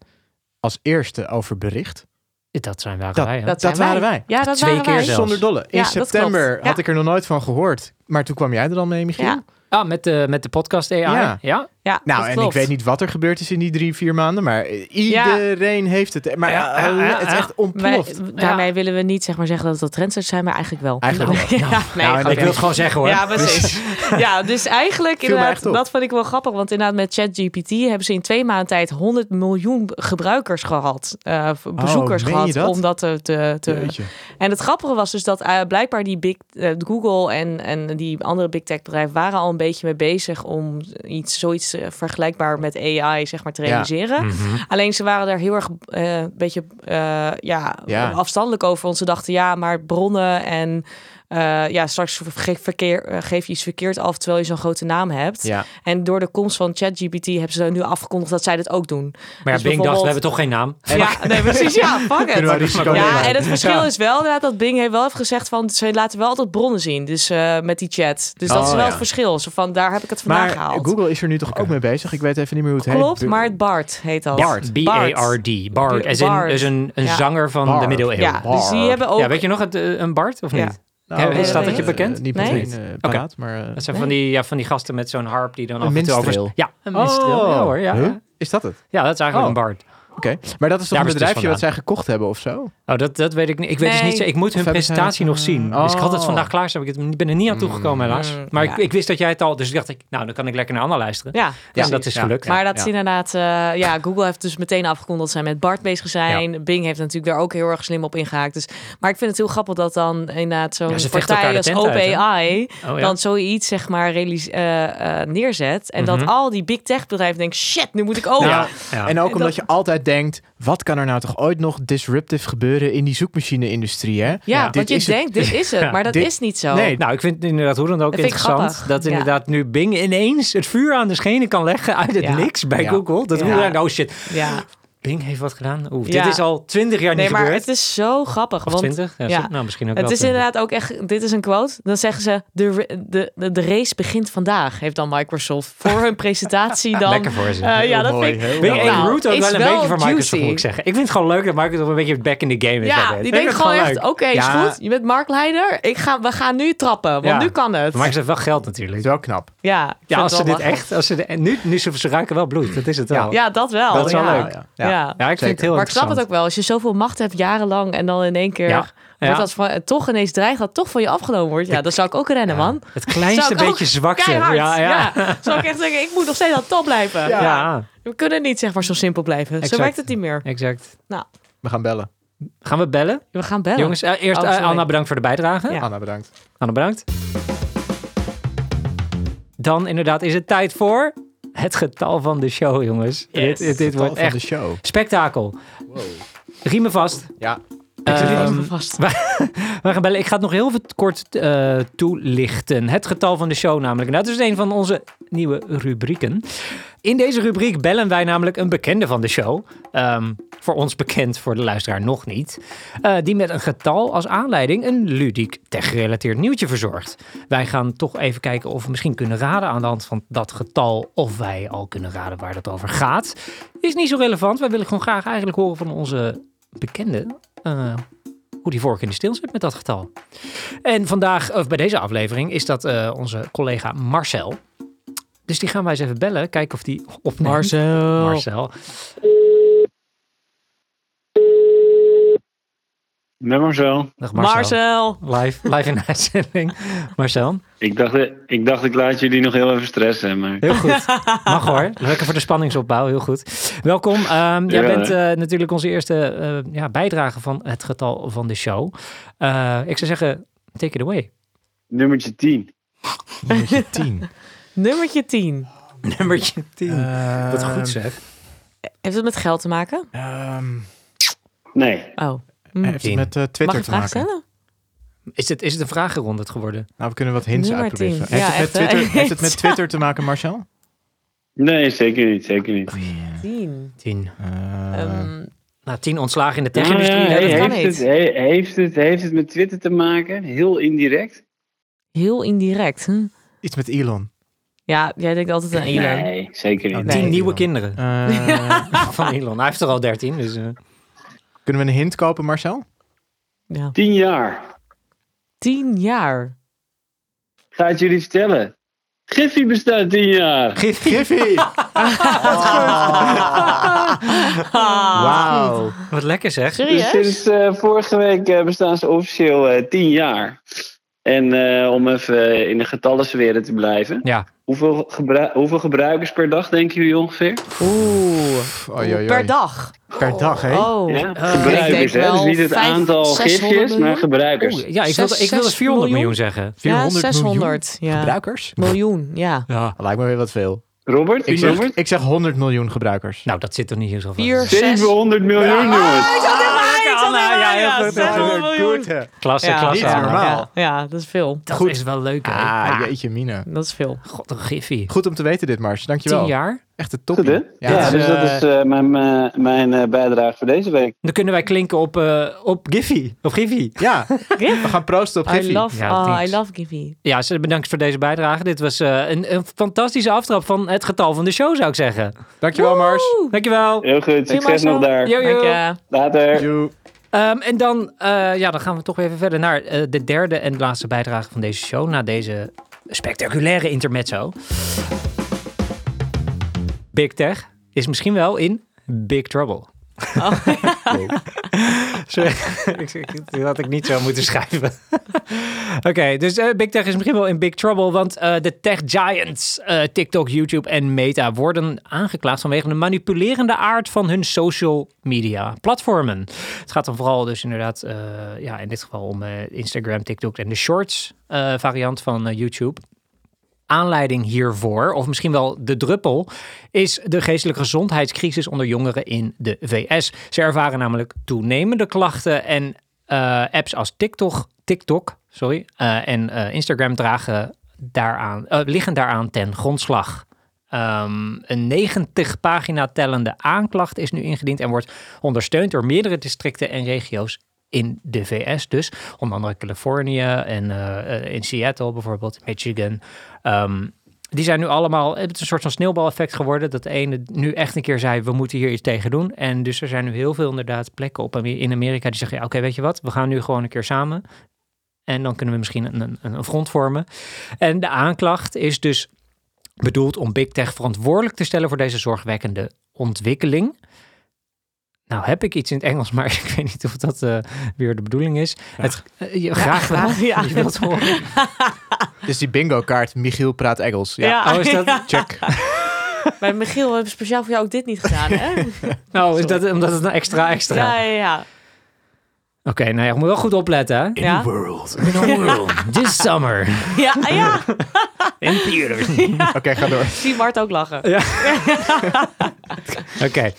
Speaker 3: als eerste over bericht?
Speaker 1: Dat zijn waar
Speaker 3: Dat-
Speaker 1: wij. hè?
Speaker 2: Dat, zijn
Speaker 3: waren wij.
Speaker 2: Ja, dat
Speaker 1: Twee
Speaker 2: waren
Speaker 1: keer
Speaker 2: wij.
Speaker 1: zelf. Zelfs.
Speaker 3: Zonder dolle. In
Speaker 2: Ja, dat
Speaker 3: september
Speaker 2: klopt.
Speaker 3: had
Speaker 2: Ja.
Speaker 3: ik er nog nooit van gehoord. Maar toen kwam jij er dan mee, Michiel.
Speaker 2: Ja,
Speaker 1: Ah, met de, met de podcast AI. Ja.
Speaker 3: Ja.
Speaker 1: ja?
Speaker 2: ja,
Speaker 3: Nou,
Speaker 2: dat
Speaker 3: en ik
Speaker 2: klopt.
Speaker 3: weet niet wat er gebeurd is in die drie, vier maanden, maar eh, iedereen heeft het. Maar
Speaker 1: Ja,
Speaker 3: eh,
Speaker 1: ja, ja,
Speaker 3: het is
Speaker 1: ja.
Speaker 3: echt ontploft.
Speaker 2: Wij- daarmee willen we niet zeg maar, zeggen dat dat trendsetters zijn, maar eigenlijk wel.
Speaker 3: Eigenlijk wel.
Speaker 2: Ja, nee,
Speaker 3: Nou, en
Speaker 2: grapje.
Speaker 1: Ik wil het gewoon zeggen hoor.
Speaker 2: Ja, precies. Ja, dus eigenlijk
Speaker 3: Viel mij
Speaker 2: inderdaad,
Speaker 3: echt op.
Speaker 2: dat vond ik wel grappig. Want inderdaad, met ChatGPT hebben ze in twee maanden tijd 100 miljoen gebruikers gehad. eh, bezoekers
Speaker 3: Oh, meen je
Speaker 2: gehad.
Speaker 3: dat?
Speaker 2: Om dat te, te, te-
Speaker 3: Jeetje.
Speaker 2: En het grappige was dus dat eh, blijkbaar die big, eh, Google en, en die andere big tech bedrijven waren al een beetje mee bezig om iets, zoiets eh, vergelijkbaar met AI zeg maar, te
Speaker 3: Ja.
Speaker 2: realiseren.
Speaker 1: Mhm.
Speaker 2: Alleen ze waren daar heel erg eh, een beetje eh, ja,
Speaker 3: Ja.
Speaker 2: afstandelijk over. Want ze dachten, ja, maar bronnen en eh, ja, straks ge- verkeer, eh, geef je iets verkeerd af terwijl je zo'n grote naam hebt.
Speaker 3: Ja.
Speaker 2: En door de komst van ChatGPT hebben ze nu afgekondigd dat zij dit ook doen.
Speaker 1: Maar ja, Bing dacht,
Speaker 2: Dus bijvoorbeeld-
Speaker 1: we hebben toch geen naam.
Speaker 2: ja, nee, precies. Ja, fuck
Speaker 3: Kunnen we
Speaker 2: het.
Speaker 3: risico nemen?
Speaker 2: Ja, en het verschil
Speaker 1: Ja.
Speaker 2: is wel inderdaad dat Bing heeft wel heeft gezegd van ze laten wel altijd bronnen zien. Dus eh, met die chat. Dus dat
Speaker 3: Oh,
Speaker 2: is wel
Speaker 3: ja.
Speaker 2: het verschil. Zo van daar heb ik het vandaan
Speaker 3: Maar
Speaker 2: gehaald.
Speaker 3: Google is er nu toch ook mee bezig? Ik weet even niet meer hoe het heet.
Speaker 2: Klopt, maar het Bart heet dat.
Speaker 1: Bard. B-A-R-D. Bard.
Speaker 2: Bard.
Speaker 1: Is een, is een, een
Speaker 2: Ja.
Speaker 1: zanger van de
Speaker 3: Bard.
Speaker 1: middeleeuwen.
Speaker 2: Ja, dus die hebben ook
Speaker 1: Ja, weet je nog het, eh, een Bart of niet?
Speaker 2: Ja.
Speaker 1: Hè,
Speaker 3: dat
Speaker 2: staat dat
Speaker 3: eh,
Speaker 2: je
Speaker 1: bekend?
Speaker 3: Niet
Speaker 2: Nee.
Speaker 3: meteen eh, paraat, maar... eh,
Speaker 1: Dat zijn van, die, ja, van die gasten met zo'n harp die dan
Speaker 3: Een
Speaker 1: af en toe over...
Speaker 3: minstreel. Oh.
Speaker 1: Ja, een minstreel. Ja hoor, ja.
Speaker 3: Huh? Is dat het?
Speaker 1: Ja, dat is eigenlijk
Speaker 3: Oh.
Speaker 1: een Bard.
Speaker 3: Oké. Maar dat is toch
Speaker 1: Daar
Speaker 3: een
Speaker 1: is het dus
Speaker 3: bedrijfje wat
Speaker 1: vandaan.
Speaker 3: zij gekocht hebben of zo?
Speaker 1: Oh, dat, dat weet ik niet. Ik weet dus
Speaker 2: Nee.
Speaker 1: niet zo. Ik moet hun
Speaker 3: hebben zij
Speaker 1: presentatie nog
Speaker 3: dat, eh,
Speaker 1: zien. Dus ik had het
Speaker 3: oh.
Speaker 1: vandaag klaarstaan. maar Ik het- ben er niet aan toegekomen helaas.
Speaker 2: Mm,
Speaker 1: Maar
Speaker 2: ja.
Speaker 1: ik, ik wist dat jij het al... Dus dacht ik, nou, dan kan ik lekker naar Anna luisteren.
Speaker 2: Ja,
Speaker 1: Ja,
Speaker 2: precies.
Speaker 1: dat is
Speaker 3: Ja.
Speaker 1: gelukt.
Speaker 2: Maar dat
Speaker 3: ja.
Speaker 2: is inderdaad, eh, ja, Google heeft dus meteen afgekondigd dat zij met Bart bezig zijn. Bing heeft natuurlijk daar ook heel erg slim op ingehaakt. Dus, maar ik vind het heel grappig dat dan inderdaad zo'n
Speaker 1: Ja, ze vechten
Speaker 2: partij
Speaker 1: elkaar
Speaker 2: als
Speaker 1: de tent uit, hè?
Speaker 2: OpenAI
Speaker 1: Oh, ja.
Speaker 2: dan zoiets zeg maar realis- eh, eh, neerzet. En dat al die big tech bedrijven denken, shit, nu moet ik over.
Speaker 1: Mhm. Ja, ja.
Speaker 3: En ook
Speaker 2: En
Speaker 3: omdat
Speaker 2: dat-
Speaker 3: je altijd denkt, wat kan er nou toch ooit nog disruptief gebeuren in die zoekmachine-industrie, hè?
Speaker 2: Ja,
Speaker 1: Ja.
Speaker 2: want
Speaker 3: Dit
Speaker 2: je
Speaker 3: is het.
Speaker 2: denkt, dit is het.
Speaker 1: Ja,
Speaker 2: maar dat
Speaker 3: dit-
Speaker 2: is niet zo.
Speaker 3: Nee,
Speaker 1: Nou, ik vind het inderdaad hoe dan ook
Speaker 2: Oh. Dat vind ik
Speaker 1: interessant
Speaker 2: grappig.
Speaker 1: dat
Speaker 2: Ja.
Speaker 1: inderdaad nu Bing ineens het vuur aan de schenen kan leggen uit het
Speaker 2: Ja.
Speaker 1: niks bij
Speaker 3: Ja.
Speaker 1: Google. Dat
Speaker 2: Ja.
Speaker 1: Google denkt, oh shit,
Speaker 2: Ja.
Speaker 1: Bing heeft wat gedaan. Oeh,
Speaker 2: Ja.
Speaker 1: Dit is al twintig jaar
Speaker 2: nee
Speaker 1: niet
Speaker 2: maar
Speaker 1: gebeurd.
Speaker 2: het is zo grappig.
Speaker 1: Of
Speaker 2: want
Speaker 1: twintig? Ja,
Speaker 2: ja.
Speaker 1: zo- Nou, misschien ook
Speaker 2: Het
Speaker 1: wel
Speaker 2: is
Speaker 1: 20.
Speaker 2: inderdaad ook echt, dit is een quote. Dan zeggen ze, de, ra- de, de, de race begint vandaag, heeft dan Microsoft voor hun presentatie dan.
Speaker 1: Lekker voor ze.
Speaker 2: Eh, ja, dat
Speaker 3: mooi,
Speaker 2: vind
Speaker 3: heel
Speaker 2: ik.
Speaker 1: Ben je
Speaker 3: Nou,
Speaker 1: één root ook
Speaker 2: is
Speaker 1: wel een
Speaker 2: wel
Speaker 1: beetje van Microsoft,
Speaker 2: juicy.
Speaker 1: moet ik zeggen. Ik vind het gewoon leuk dat Microsoft een beetje back in the game is.
Speaker 2: Ja,
Speaker 1: altijd.
Speaker 2: die
Speaker 1: Ik vind
Speaker 2: denkt
Speaker 1: het
Speaker 2: gewoon echt,
Speaker 1: leuk.
Speaker 2: oké,
Speaker 3: Ja.
Speaker 2: is goed. Je bent marktleider. Ik ga, we gaan nu trappen, want
Speaker 1: Ja.
Speaker 2: nu kan
Speaker 1: Maar
Speaker 2: het.
Speaker 1: Microsoft heeft wel geld
Speaker 3: dat is
Speaker 1: natuurlijk.
Speaker 3: wel knap.
Speaker 2: Ja, ik
Speaker 1: Ja,
Speaker 2: vind
Speaker 1: als ze
Speaker 2: het wel
Speaker 1: dit
Speaker 2: lachen.
Speaker 1: echt... Als ze de- en nu, nu ze, ze ruiken wel bloed, dat is het wel.
Speaker 2: Ja, dat wel.
Speaker 1: Oh. Dat is wel
Speaker 2: ja.
Speaker 1: leuk.
Speaker 2: Ja.
Speaker 3: Ja.
Speaker 1: Ja, ik vind het
Speaker 3: Zeker.
Speaker 1: heel
Speaker 2: Maar ik snap het
Speaker 1: interessant.
Speaker 2: ook wel. Als je zoveel macht hebt jarenlang en dan in één keer...
Speaker 1: Ja. Ja.
Speaker 2: Wordt dat van, toch ineens dreigt dat toch van je afgenomen wordt. Ja, dan zou ik ook rennen, man.
Speaker 1: Het kleinste
Speaker 2: Zou ik ook
Speaker 1: beetje zwak zijn.
Speaker 2: Keihard.
Speaker 1: Ja, ja.
Speaker 2: Zou ik echt zeggen, ik moet nog steeds aan top blijven.
Speaker 3: Ja.
Speaker 1: Ja,
Speaker 2: We kunnen niet zeg maar zo simpel blijven.
Speaker 1: Exact.
Speaker 2: Zo werkt het niet meer.
Speaker 1: exact.
Speaker 3: We gaan bellen.
Speaker 1: Gaan we bellen?
Speaker 2: We gaan bellen.
Speaker 1: Jongens, eh, eerst
Speaker 2: Oh,
Speaker 1: eh,
Speaker 2: sorry.
Speaker 1: Anna bedankt voor de bijdrage.
Speaker 2: Ja.
Speaker 3: Anna, bedankt.
Speaker 1: Anna bedankt. Dan inderdaad is het tijd voor het getal van de show, jongens. Dit, dit, dit
Speaker 3: Dit
Speaker 1: wordt
Speaker 3: wordt van
Speaker 1: echt
Speaker 3: de show.
Speaker 1: spektakel. Riemen vast.
Speaker 3: Ja.
Speaker 1: Ehm,
Speaker 2: Hou me vast.
Speaker 1: we gaan bellen. Ik ga het nog heel veel kort eh, toelichten. Het getal van de show namelijk. Nou, dat is een van onze nieuwe rubrieken. In deze rubriek bellen wij namelijk een bekende van de show. Ehm, voor ons bekend, voor de luisteraar nog niet. Eh, die met een getal als aanleiding een ludiek tech-gerelateerd nieuwtje verzorgt. Wij gaan toch even kijken of we misschien kunnen raden aan de hand van dat getal. Of wij al kunnen raden waar dat over gaat. Is niet zo relevant. Wij willen gewoon graag eigenlijk horen van onze bekende. eh, hoe die vork in de steel zit met dat getal. En vandaag, of bij deze aflevering, is dat eh, onze collega Marcel. Dus die gaan wij eens even bellen. Kijken of die opneemt.
Speaker 2: Marcel.
Speaker 1: Marcel.
Speaker 4: Met Marcel.
Speaker 1: Dag Marcel.
Speaker 2: Marcel.
Speaker 1: Live, live in de uitzending. Marcel,
Speaker 4: Ik dacht, eh, ik dacht, ik laat jullie nog heel even stressen, maar...
Speaker 1: heel goed. Mag hoor. Lekker voor de spanningsopbouw. Heel goed. Welkom. Ehm, jij
Speaker 4: Ja,
Speaker 1: bent eh, natuurlijk onze eerste eh, ja, bijdrage van het getal van de show. Eh, ik zou zeggen, take it away.
Speaker 4: Nummertje 10.
Speaker 3: Nummertje 10.
Speaker 2: Nummertje 10.
Speaker 1: Nummertje 10. Eh, Wat
Speaker 3: Ehm,
Speaker 1: goed zeg.
Speaker 2: Heeft het met geld te maken?
Speaker 3: ehm,
Speaker 4: Nee.
Speaker 2: Oh.
Speaker 3: hij heeft het
Speaker 1: Tien.
Speaker 3: met eh,
Speaker 2: Mag
Speaker 3: Twitter
Speaker 2: ik
Speaker 3: te
Speaker 2: vraag
Speaker 3: maken?
Speaker 2: stellen?
Speaker 1: Is het, is het een vragenronde geworden?
Speaker 3: Nou, we kunnen wat hints
Speaker 2: Nummer
Speaker 3: uitproberen.
Speaker 2: 10.
Speaker 3: Heeft,
Speaker 2: Ja,
Speaker 3: het met
Speaker 2: echt, hè?
Speaker 3: Twitter, heeft het met Twitter te maken, Marcel?
Speaker 4: Nee, zeker niet, zeker niet.
Speaker 2: 10.
Speaker 1: 10.
Speaker 3: Eh,
Speaker 2: Ehm
Speaker 1: Nou, 10 ontslagen in de
Speaker 4: Ah,
Speaker 1: tech-industrie.
Speaker 4: ja,
Speaker 1: hè, dat
Speaker 2: hey,
Speaker 1: kan.
Speaker 2: hey.
Speaker 4: heeft,
Speaker 2: kan
Speaker 4: het,
Speaker 2: niet.
Speaker 4: he- heeft, het, heeft het met Twitter te maken? Heel indirect?
Speaker 2: heel indirect. Hm.
Speaker 3: Iets met Elon.
Speaker 2: Ja, jij denkt altijd aan Elon.
Speaker 4: Nee, zeker niet.
Speaker 3: Oh,
Speaker 1: 10
Speaker 3: Nee.
Speaker 1: nieuwe kinderen
Speaker 3: Eh,
Speaker 1: van Elon. Hij heeft er al 13. Dus, eh,
Speaker 3: kunnen we een hint kopen, Marcel?
Speaker 2: Ja.
Speaker 4: 10 jaar.
Speaker 2: Tien jaar.
Speaker 4: Ga het jullie vertellen. Giffy bestaat 10 jaar.
Speaker 3: Giffy! Wauw.
Speaker 1: Wat lekker zeg.
Speaker 4: Dus
Speaker 2: Serieus?
Speaker 4: sinds eh, vorige week eh, bestaan ze officieel eh 10 jaar. En eh, om even eh, in de getallensferen te blijven.
Speaker 1: Ja.
Speaker 4: Hoeveel, gebru- hoeveel gebruikers per dag denken jullie ongeveer?
Speaker 2: Oeh.
Speaker 3: Oei, oei, oei.
Speaker 2: Per dag.
Speaker 3: Per dag, hè?
Speaker 2: Oh.
Speaker 4: Ja,
Speaker 2: ik denk
Speaker 4: gebruikers, hè?
Speaker 2: wel
Speaker 4: Dus niet het
Speaker 2: vijf-
Speaker 4: aantal
Speaker 2: 600
Speaker 4: gifjes, maar
Speaker 2: miljoen.
Speaker 4: gebruikers.
Speaker 1: Oeh, ja, ik
Speaker 2: Zes-
Speaker 1: wilde, ik wilde
Speaker 2: zes
Speaker 1: 400 miljoen,
Speaker 2: miljoen?
Speaker 1: zeggen.
Speaker 2: Ja,
Speaker 3: 400
Speaker 2: 600.
Speaker 3: miljoen
Speaker 2: Ja.
Speaker 3: gebruikers?
Speaker 2: Miljoen, ja.
Speaker 1: Ja.
Speaker 3: Lijkt me weer wat veel.
Speaker 4: Robert?
Speaker 3: Ik zeg,
Speaker 4: Robert?
Speaker 3: ik zeg 100 miljoen gebruikers.
Speaker 1: Nou, dat zit er niet heel zoveel
Speaker 2: Vier,
Speaker 1: in.
Speaker 2: zes.
Speaker 4: 700 miljoen,
Speaker 2: Ah,
Speaker 4: jongens.
Speaker 1: Ah, Anna, ja, heel goed.
Speaker 3: Ja,
Speaker 2: 600 miljoen.
Speaker 3: goed, hè.
Speaker 1: Klasse,
Speaker 2: Ja,
Speaker 1: klasse.
Speaker 3: niet
Speaker 1: Anna.
Speaker 3: normaal.
Speaker 2: Ja, ja, dat is veel.
Speaker 1: Dat is wel leuk, hè?
Speaker 3: Ah, jeetje mina.
Speaker 2: Dat is veel.
Speaker 1: God, een giffie.
Speaker 3: Goed om te weten dit, Mars.
Speaker 1: 10
Speaker 3: Dankjewel.
Speaker 1: jaar.
Speaker 3: Echt een
Speaker 4: Goed,
Speaker 3: toppie.
Speaker 4: hè? Ja,
Speaker 3: het
Speaker 4: dus dat
Speaker 3: eh,
Speaker 4: is eh, mijn, eh, mijn eh, bijdrage voor deze week.
Speaker 1: Dan kunnen wij klinken op, eh, op Giffy. Op Giffy.
Speaker 3: Ja, we
Speaker 2: Giffy.
Speaker 3: gaan proosten op
Speaker 2: I
Speaker 3: Giffy.
Speaker 2: love,
Speaker 1: Ja, dat
Speaker 2: oh, I
Speaker 1: is-
Speaker 2: love Giffy.
Speaker 1: Ja, ze- bedankt voor deze bijdrage. Dit was eh, een, een fantastische aftrap van het getal van de show, zou ik zeggen.
Speaker 3: Dankjewel, Mars.
Speaker 1: Dankjewel.
Speaker 4: Heel goed,
Speaker 2: Doei,
Speaker 4: succes
Speaker 2: Marcel.
Speaker 4: nog daar.
Speaker 1: Yo, yo.
Speaker 2: Dank je.
Speaker 4: Later.
Speaker 3: Joe.
Speaker 1: Ehm, en dan, eh, ja, dan gaan we toch weer even verder naar eh, de derde en laatste bijdrage van deze show. Na deze spectaculaire intermezzo. Big Tech is misschien wel in Big Trouble. Sorry, ik- ik- dat had ik niet zo moeten schrijven. Oké, dus eh, Big Tech is misschien wel in Big Trouble, want eh, de tech giants eh, TikTok, YouTube en Meta worden aangeklaagd vanwege de manipulerende aard van hun social media platformen. Het gaat dan vooral dus inderdaad, eh, ja, in dit geval om eh, Instagram, TikTok en de Shorts eh, variant van eh, YouTube. Aanleiding hiervoor, of misschien wel de druppel, is de geestelijke gezondheidscrisis onder jongeren in de VS. Ze ervaren namelijk toenemende klachten en eh, apps als TikTok, TikTok sorry, eh, en eh, Instagram dragen daaraan, eh, liggen daaraan ten grondslag. Ehm, een 90 pagina tellende aanklacht is nu ingediend en wordt ondersteund door meerdere districten en regio's in de VS. Dus onder andere Californië en eh, eh, in Seattle bijvoorbeeld, Michigan. Ehm, die zijn nu allemaal, het is een soort van sneeuwbaleffect geworden, dat de ene nu echt een keer zei, we moeten hier iets tegen doen. En dus er zijn nu heel veel inderdaad plekken op Amer- in Amerika die zeggen, ja, oké, weet je wat, we gaan nu gewoon een keer samen. En dan kunnen we misschien een, een, een front vormen. En de aanklacht is dus bedoeld om Big Tech verantwoordelijk te stellen voor deze zorgwekkende ontwikkeling. Nou heb ik iets in het Engels, maar ik weet niet of dat eh, weer de bedoeling is. Het, eh, je- graag wel.
Speaker 2: graag, ja.
Speaker 1: Je wilt horen.
Speaker 3: Dus die bingo kaart, Michiel praat Engels. Ja,
Speaker 2: Ja.
Speaker 1: Oh, is dat-
Speaker 3: check.
Speaker 2: Maar Michiel, we hebben speciaal voor jou ook dit niet gedaan, hè?
Speaker 1: Nou, is dat omdat het een extra extra?
Speaker 2: ja, ja, ja.
Speaker 1: Oké, nou ja, ik moet wel goed opletten. hè?
Speaker 2: Ja,
Speaker 3: world.
Speaker 1: In a world, this summer,
Speaker 2: ja, ah, ja.
Speaker 1: in theaters.
Speaker 3: Oké, ga door.
Speaker 2: Ik zie Bart ook lachen.
Speaker 1: Okay.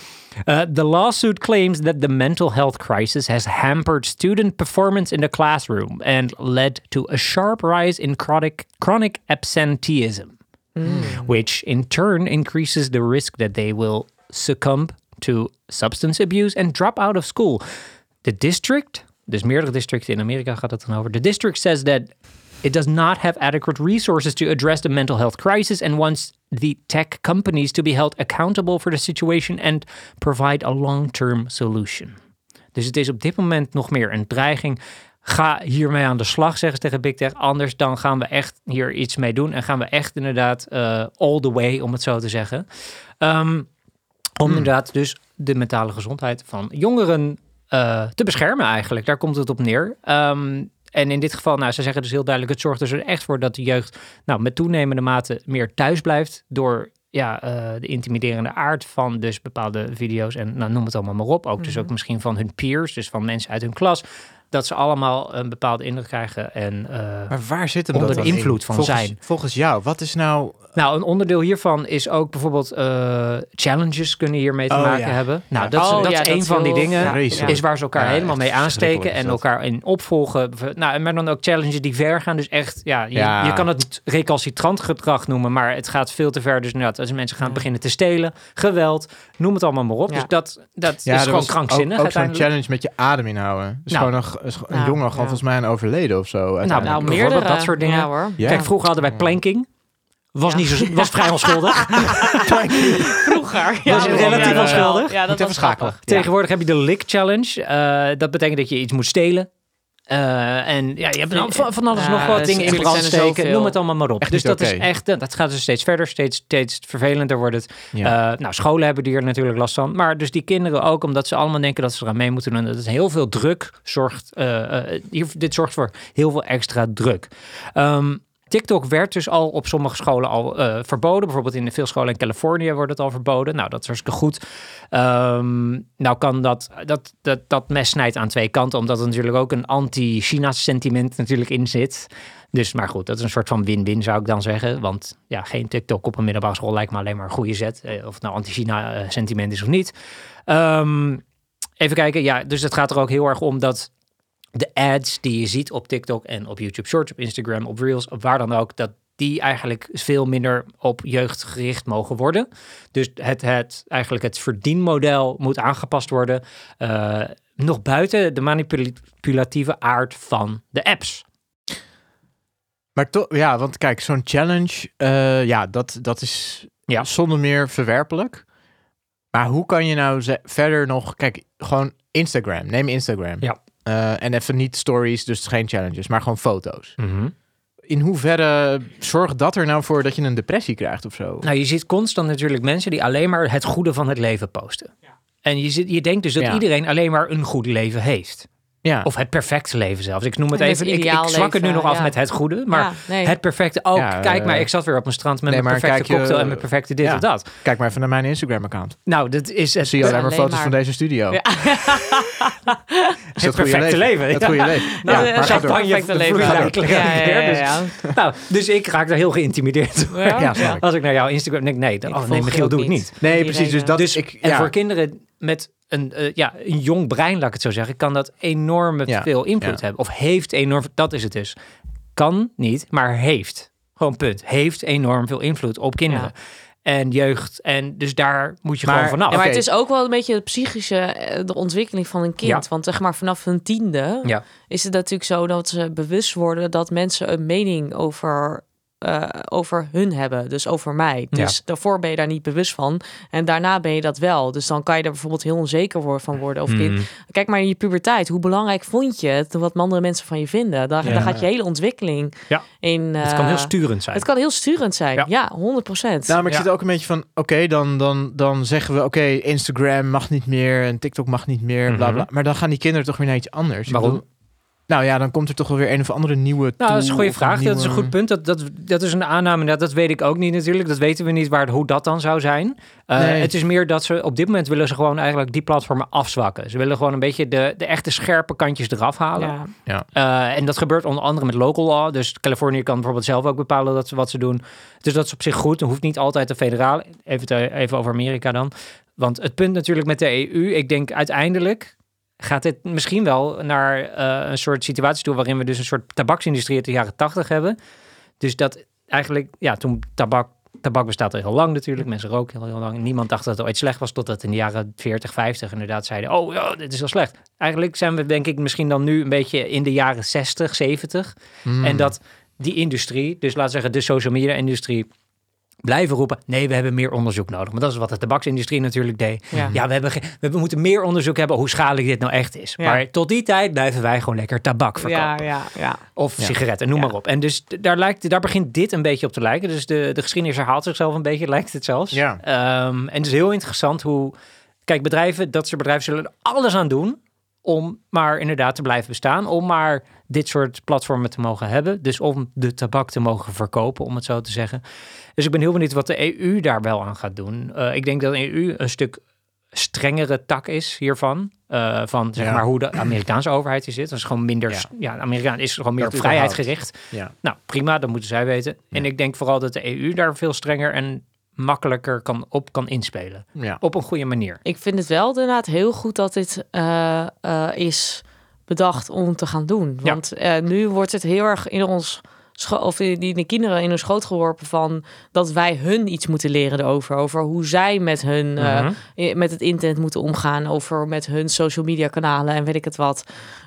Speaker 1: Uh, the lawsuit claims that the mental health crisis has hampered student performance in the classroom and led to a sharp rise in chronic, chronic absenteeism, which in turn increases the risk that they will succumb to substance abuse and drop out of school. The district, dus meerdere districten in Amerika gaat het dan over. The district says that It does not have adequate resources to address the mental health crisis and wants the tech companies to be held accountable for the situation and provide a long-term solution. Dus het is op dit moment nog meer een dreiging Ga hiermee aan de slag, zeggen ze tegen Big Tech. Anders dan gaan we echt hier iets mee doen. En gaan we echt inderdaad eh, all the way, om het zo te zeggen. Ehm, om inderdaad dus de mentale gezondheid van jongeren eh, te beschermen eigenlijk. Daar komt het op neer. Ehm, en in dit geval, nou, ze zeggen dus heel duidelijk... het zorgt dus er echt voor dat de jeugd nou, met toenemende mate meer thuis blijft... door ja, eh, de intimiderende aard van dus bepaalde video's... en nou, noem het allemaal maar op. Ook dus ook misschien van hun peers, dus van mensen uit hun klas... dat ze allemaal een bepaalde indruk krijgen en... eh,
Speaker 3: Maar waar zit hem
Speaker 1: Onder
Speaker 3: dat
Speaker 1: de
Speaker 3: dan in?
Speaker 1: invloed van
Speaker 3: volgens,
Speaker 1: zijn.
Speaker 3: Volgens jou, wat is nou...
Speaker 1: Nou, een onderdeel hiervan is ook bijvoorbeeld eh, challenges kunnen hiermee te
Speaker 3: Oh,
Speaker 1: maken
Speaker 3: ja.
Speaker 1: hebben. Nou,
Speaker 3: Ja.
Speaker 1: dat, is-
Speaker 2: Oh,
Speaker 1: dat
Speaker 2: ja,
Speaker 1: is
Speaker 2: dat
Speaker 1: een
Speaker 2: is
Speaker 1: van die
Speaker 2: heel-
Speaker 1: dingen.
Speaker 2: ja.
Speaker 3: Vreselijk.
Speaker 1: Is waar ze elkaar
Speaker 3: Ja,
Speaker 1: helemaal
Speaker 3: echt
Speaker 1: mee aansteken
Speaker 3: verschrikkelijk is
Speaker 1: en
Speaker 3: dat.
Speaker 1: elkaar in opvolgen. Nou, en maar dan ook challenges die ver gaan. Dus echt, ja, je,
Speaker 3: Ja.
Speaker 1: je kan het recalcitrant gedrag noemen, maar het gaat veel te ver. Dus inderdaad, als mensen gaan
Speaker 2: Ja.
Speaker 1: beginnen te stelen, geweld, noem het allemaal maar op.
Speaker 2: Ja.
Speaker 1: Dus dat, dat
Speaker 3: Ja,
Speaker 1: is
Speaker 3: er
Speaker 1: gewoon
Speaker 3: was
Speaker 1: krankzinnig
Speaker 3: Ook, ook zo'n
Speaker 1: uiteindelijk.
Speaker 3: challenge met je adem inhouden. Dus
Speaker 1: Nou.
Speaker 3: gewoon nog, is een
Speaker 2: Nou,
Speaker 3: jongen gewoon
Speaker 2: ja.
Speaker 3: volgens mij een overleden of zo. uiteindelijk.
Speaker 2: Nou,
Speaker 1: Bijvoorbeeld
Speaker 2: meerdere.
Speaker 1: dat soort dingen.
Speaker 2: Ja, hoor.
Speaker 3: Ja.
Speaker 1: Kijk, vroeger hadden wij planking. Was,
Speaker 2: Ja.
Speaker 1: niet zo, was vrij onschuldig.
Speaker 2: vroeger.
Speaker 1: is
Speaker 2: dat
Speaker 1: relatief
Speaker 2: wel.
Speaker 1: onschuldig.
Speaker 2: Ja, dat
Speaker 3: Moet even
Speaker 2: was
Speaker 3: schakelen.
Speaker 2: grappig.
Speaker 1: Tegenwoordig heb je de lick challenge. Eh, dat betekent dat je iets moet stelen. Eh, en ja, je hebt dan van, van alles
Speaker 2: Ja,
Speaker 1: nog wat
Speaker 2: dus
Speaker 1: dingen in
Speaker 2: natuurlijk
Speaker 1: brand
Speaker 2: zijn er
Speaker 1: steken.
Speaker 2: zoveel.
Speaker 1: Noem het allemaal maar op.
Speaker 3: Echt
Speaker 1: dus
Speaker 3: niet
Speaker 1: dat is
Speaker 3: oké.
Speaker 1: echt, eh, dat gaat dus steeds verder, steeds, steeds vervelender wordt het.
Speaker 3: Ja.
Speaker 1: Eh, nou, scholen hebben hier natuurlijk last van. Maar dus die kinderen ook, omdat ze allemaal denken dat ze eraan mee moeten doen. Dat het heel veel druk zorgt. eh, eh, hier, dit zorgt voor heel veel extra druk. Ehm, TikTok werd dus al op sommige scholen al eh, verboden. Bijvoorbeeld in veel scholen in Californië wordt het al verboden. Nou, dat is hartstikke goed. Ehm, nou kan dat, dat, dat, dat mes snijdt aan twee kanten, omdat er natuurlijk ook een anti-China sentiment natuurlijk in zit. Dus, maar goed, dat is een soort van win-win zou ik dan zeggen. Want ja, geen TikTok op een middelbare school lijkt me alleen maar een goede zet. Eh, Of het nou anti-China eh, sentiment is of niet. Ehm, even kijken, ja, dus het gaat er ook heel erg om dat de ads die je ziet op TikTok en op YouTube Shorts, op Instagram, op Reels, op waar dan ook, dat die eigenlijk veel minder op jeugd gericht mogen worden. Dus het, het, eigenlijk het verdienmodel moet aangepast worden. eh, nog buiten de manipulatieve aard van de apps.
Speaker 3: Maar toch, ja, want kijk, zo'n challenge, eh, ja, dat, dat is
Speaker 1: Ja.
Speaker 3: zonder meer verwerpelijk. Maar hoe kan je nou ze- verder nog, kijk, gewoon Instagram, neem Instagram.
Speaker 1: Ja.
Speaker 3: Eh, en even niet stories, dus geen challenges, maar gewoon foto's. In hoeverre zorgt dat er nou voor dat je een depressie krijgt of zo?
Speaker 1: Nou, je ziet constant natuurlijk mensen die alleen maar het goede van het leven posten. En je, zit, je denkt dus dat
Speaker 3: Ja.
Speaker 1: iedereen alleen maar een goed leven heeft.
Speaker 3: ja.
Speaker 1: Of het perfecte leven zelfs. Ik noem het
Speaker 2: Het
Speaker 1: even, ik, ik
Speaker 2: ideaal
Speaker 1: zwak het nu
Speaker 2: leven,
Speaker 1: nog af
Speaker 2: ja.
Speaker 1: met het goede. Maar
Speaker 2: Ja, nee.
Speaker 1: het perfecte ook.
Speaker 3: Ja,
Speaker 1: kijk maar,
Speaker 3: eh,
Speaker 1: ik zat weer op een strand met
Speaker 3: nee,
Speaker 1: mijn
Speaker 3: maar
Speaker 1: perfecte
Speaker 3: kijk je-
Speaker 1: cocktail en mijn perfecte dit
Speaker 3: ja.
Speaker 1: of dat.
Speaker 3: Kijk maar even naar mijn Instagram-account.
Speaker 1: Nou, dat is het,
Speaker 3: Zie je alleen maar
Speaker 2: alleen
Speaker 3: foto's
Speaker 2: maar.
Speaker 3: van deze studio.
Speaker 2: Ja.
Speaker 3: Is dat goede
Speaker 1: perfecte leven,
Speaker 3: Het
Speaker 1: ja.
Speaker 3: goede leven.
Speaker 2: Nou,
Speaker 3: Ja,
Speaker 2: eh,
Speaker 3: maar ga door.
Speaker 2: champagne
Speaker 1: perfecte leven.
Speaker 2: vloeit
Speaker 1: Ja,
Speaker 2: eigenlijk.
Speaker 1: ja,
Speaker 2: Ja,
Speaker 1: ja,
Speaker 2: ja,
Speaker 1: dus-
Speaker 2: ja.
Speaker 1: Nou, dus ik raak daar heel geïntimideerd door.
Speaker 2: Ja.
Speaker 3: Ja, snap ik.
Speaker 1: Als ik naar jouw Instagram denk, nee, dat,
Speaker 2: Ik
Speaker 1: oh, nee
Speaker 2: volg
Speaker 1: Michiel
Speaker 2: ook
Speaker 1: doet het
Speaker 2: niet.
Speaker 1: niet.
Speaker 3: Nee,
Speaker 2: Die
Speaker 3: precies. Dus
Speaker 2: reden.
Speaker 3: dat
Speaker 1: dus
Speaker 3: ik, ja.
Speaker 1: en voor kinderen met een, eh, ja, een jong brein, laat ik het zo zeggen, kan dat enorm
Speaker 3: Ja,
Speaker 1: veel invloed
Speaker 3: ja.
Speaker 1: hebben. Of heeft enorm, dat is het dus. Kan niet, maar heeft. Gewoon punt. Heeft enorm veel invloed op kinderen. En jeugd. En dus daar moet je
Speaker 3: Maar-
Speaker 1: gewoon vanaf.
Speaker 2: Ja, maar
Speaker 3: Oké.
Speaker 2: het is ook wel een beetje de psychische eh, de ontwikkeling van een kind.
Speaker 1: Ja.
Speaker 2: Want zeg maar vanaf hun tiende
Speaker 1: Ja.
Speaker 2: is het natuurlijk zo dat ze bewust worden dat mensen een mening over, eh, over hun hebben. Dus over mij.
Speaker 1: Ja.
Speaker 2: Dus daarvoor ben je daar niet bewust van. En daarna ben je dat wel. Dus dan kan je er bijvoorbeeld heel onzeker wor- van worden. Of
Speaker 1: Hmm.
Speaker 2: kind.
Speaker 3: Hmm.
Speaker 2: Kijk maar in je puberteit. Hoe belangrijk vond je het? Wat andere mensen van je vinden? Daar,
Speaker 3: Ja.
Speaker 2: daar gaat je hele ontwikkeling
Speaker 1: Ja.
Speaker 2: in.
Speaker 1: het
Speaker 2: eh,
Speaker 1: kan heel sturend zijn.
Speaker 2: Het kan heel sturend zijn.
Speaker 1: Ja.
Speaker 2: Ja, 100 procent.
Speaker 3: Nou, maar ik
Speaker 1: Ja.
Speaker 3: zit ook een beetje van, oké, dan, dan, dan zeggen we, oké, Instagram mag niet meer en TikTok mag niet meer, bla bla.
Speaker 1: Mhm.
Speaker 3: Maar dan gaan die kinderen toch weer naar iets anders. Ik
Speaker 1: Waarom?
Speaker 3: bedoel, nou ja, dan komt er toch wel weer een of andere nieuwe
Speaker 1: Nou, dat is
Speaker 3: tool
Speaker 1: een goede
Speaker 3: of eh,
Speaker 1: vraag. Dat is een
Speaker 3: nieuwe-
Speaker 1: goed punt. Dat, dat, dat is een aanname. Nou, Dat, dat weet ik ook niet natuurlijk. Dat weten we niet waar, hoe dat dan zou zijn. Eh,
Speaker 3: Nee.
Speaker 1: Het is meer dat ze op dit moment willen ze gewoon eigenlijk die platformen afzwakken. Ze willen gewoon een beetje de, de echte scherpe kantjes eraf halen.
Speaker 2: ja.
Speaker 1: Eh, en dat gebeurt onder andere met local law. Dus Californië kan bijvoorbeeld zelf ook bepalen dat ze wat ze doen. Dus dat is op zich goed. Het hoeft niet altijd de federale. Even, te- even over Amerika dan. Want het punt natuurlijk met de EU, ik denk uiteindelijk gaat dit misschien wel naar eh, een soort situatie toe waarin we dus een soort tabaksindustrie uit de jaren tachtig hebben. Dus dat eigenlijk, ja, toen tabak, tabak bestaat al heel lang natuurlijk. Mensen roken heel, heel lang. Niemand dacht dat het ooit slecht was, totdat in de jaren 40, 50 inderdaad zeiden, oh ja, dit is al slecht. Eigenlijk zijn we denk ik misschien dan nu een beetje in de jaren 60, 70.
Speaker 3: Mm.
Speaker 2: Hmm.
Speaker 1: En dat die industrie, dus laten we zeggen de social media industrie, blijven roepen, nee, we hebben meer onderzoek nodig. Maar dat is wat de tabaksindustrie natuurlijk deed.
Speaker 2: Ja.
Speaker 1: Ja, we, hebben ge- we moeten meer onderzoek hebben hoe schadelijk dit nou echt is.
Speaker 2: Ja.
Speaker 1: Maar tot die tijd blijven wij gewoon lekker tabak verkopen.
Speaker 2: Ja, ja, ja.
Speaker 1: Of
Speaker 3: Ja.
Speaker 1: sigaretten, noem
Speaker 2: Ja.
Speaker 1: maar op. En dus d- daar, lijkt, daar begint dit een beetje op te lijken. Dus de, de geschiedenis herhaalt zichzelf een beetje, lijkt het zelfs.
Speaker 3: Ja.
Speaker 1: Ehm, en het is heel interessant hoe... Kijk, bedrijven, dat soort bedrijven zullen er alles aan doen... om maar inderdaad te blijven bestaan. Om maar dit soort platformen te mogen hebben. Dus om de tabak te mogen verkopen, om het zo te zeggen. Dus ik ben heel benieuwd wat de EU daar wel aan gaat doen. Eh, ik denk dat de EU een stuk strengere tak is hiervan. Eh, van zeg
Speaker 3: Ja.
Speaker 1: maar hoe de Amerikaanse overheid hier zit. Dat is gewoon minder...
Speaker 3: Ja.
Speaker 1: s- Ja, de Amerikaan is gewoon meer
Speaker 3: Dat
Speaker 1: op vrijheid
Speaker 3: überhaupt.
Speaker 1: gericht.
Speaker 3: Ja.
Speaker 1: Nou, prima, dat moeten zij weten. En ik denk vooral dat de EU daar veel strenger en makkelijker kan op kan inspelen.
Speaker 3: Ja.
Speaker 1: Op een goede manier.
Speaker 2: Ik vind het wel inderdaad heel goed dat dit eh, eh, is bedacht om te gaan doen.
Speaker 1: Ja.
Speaker 2: Want eh, nu wordt het heel erg in ons scho- of in die- de kinderen in hun schoot geworpen van dat wij hun iets moeten leren erover. Over hoe zij met hun eh,
Speaker 1: Mhm.
Speaker 2: eh, met het internet moeten omgaan. Over met hun social media kanalen en weet ik het wat.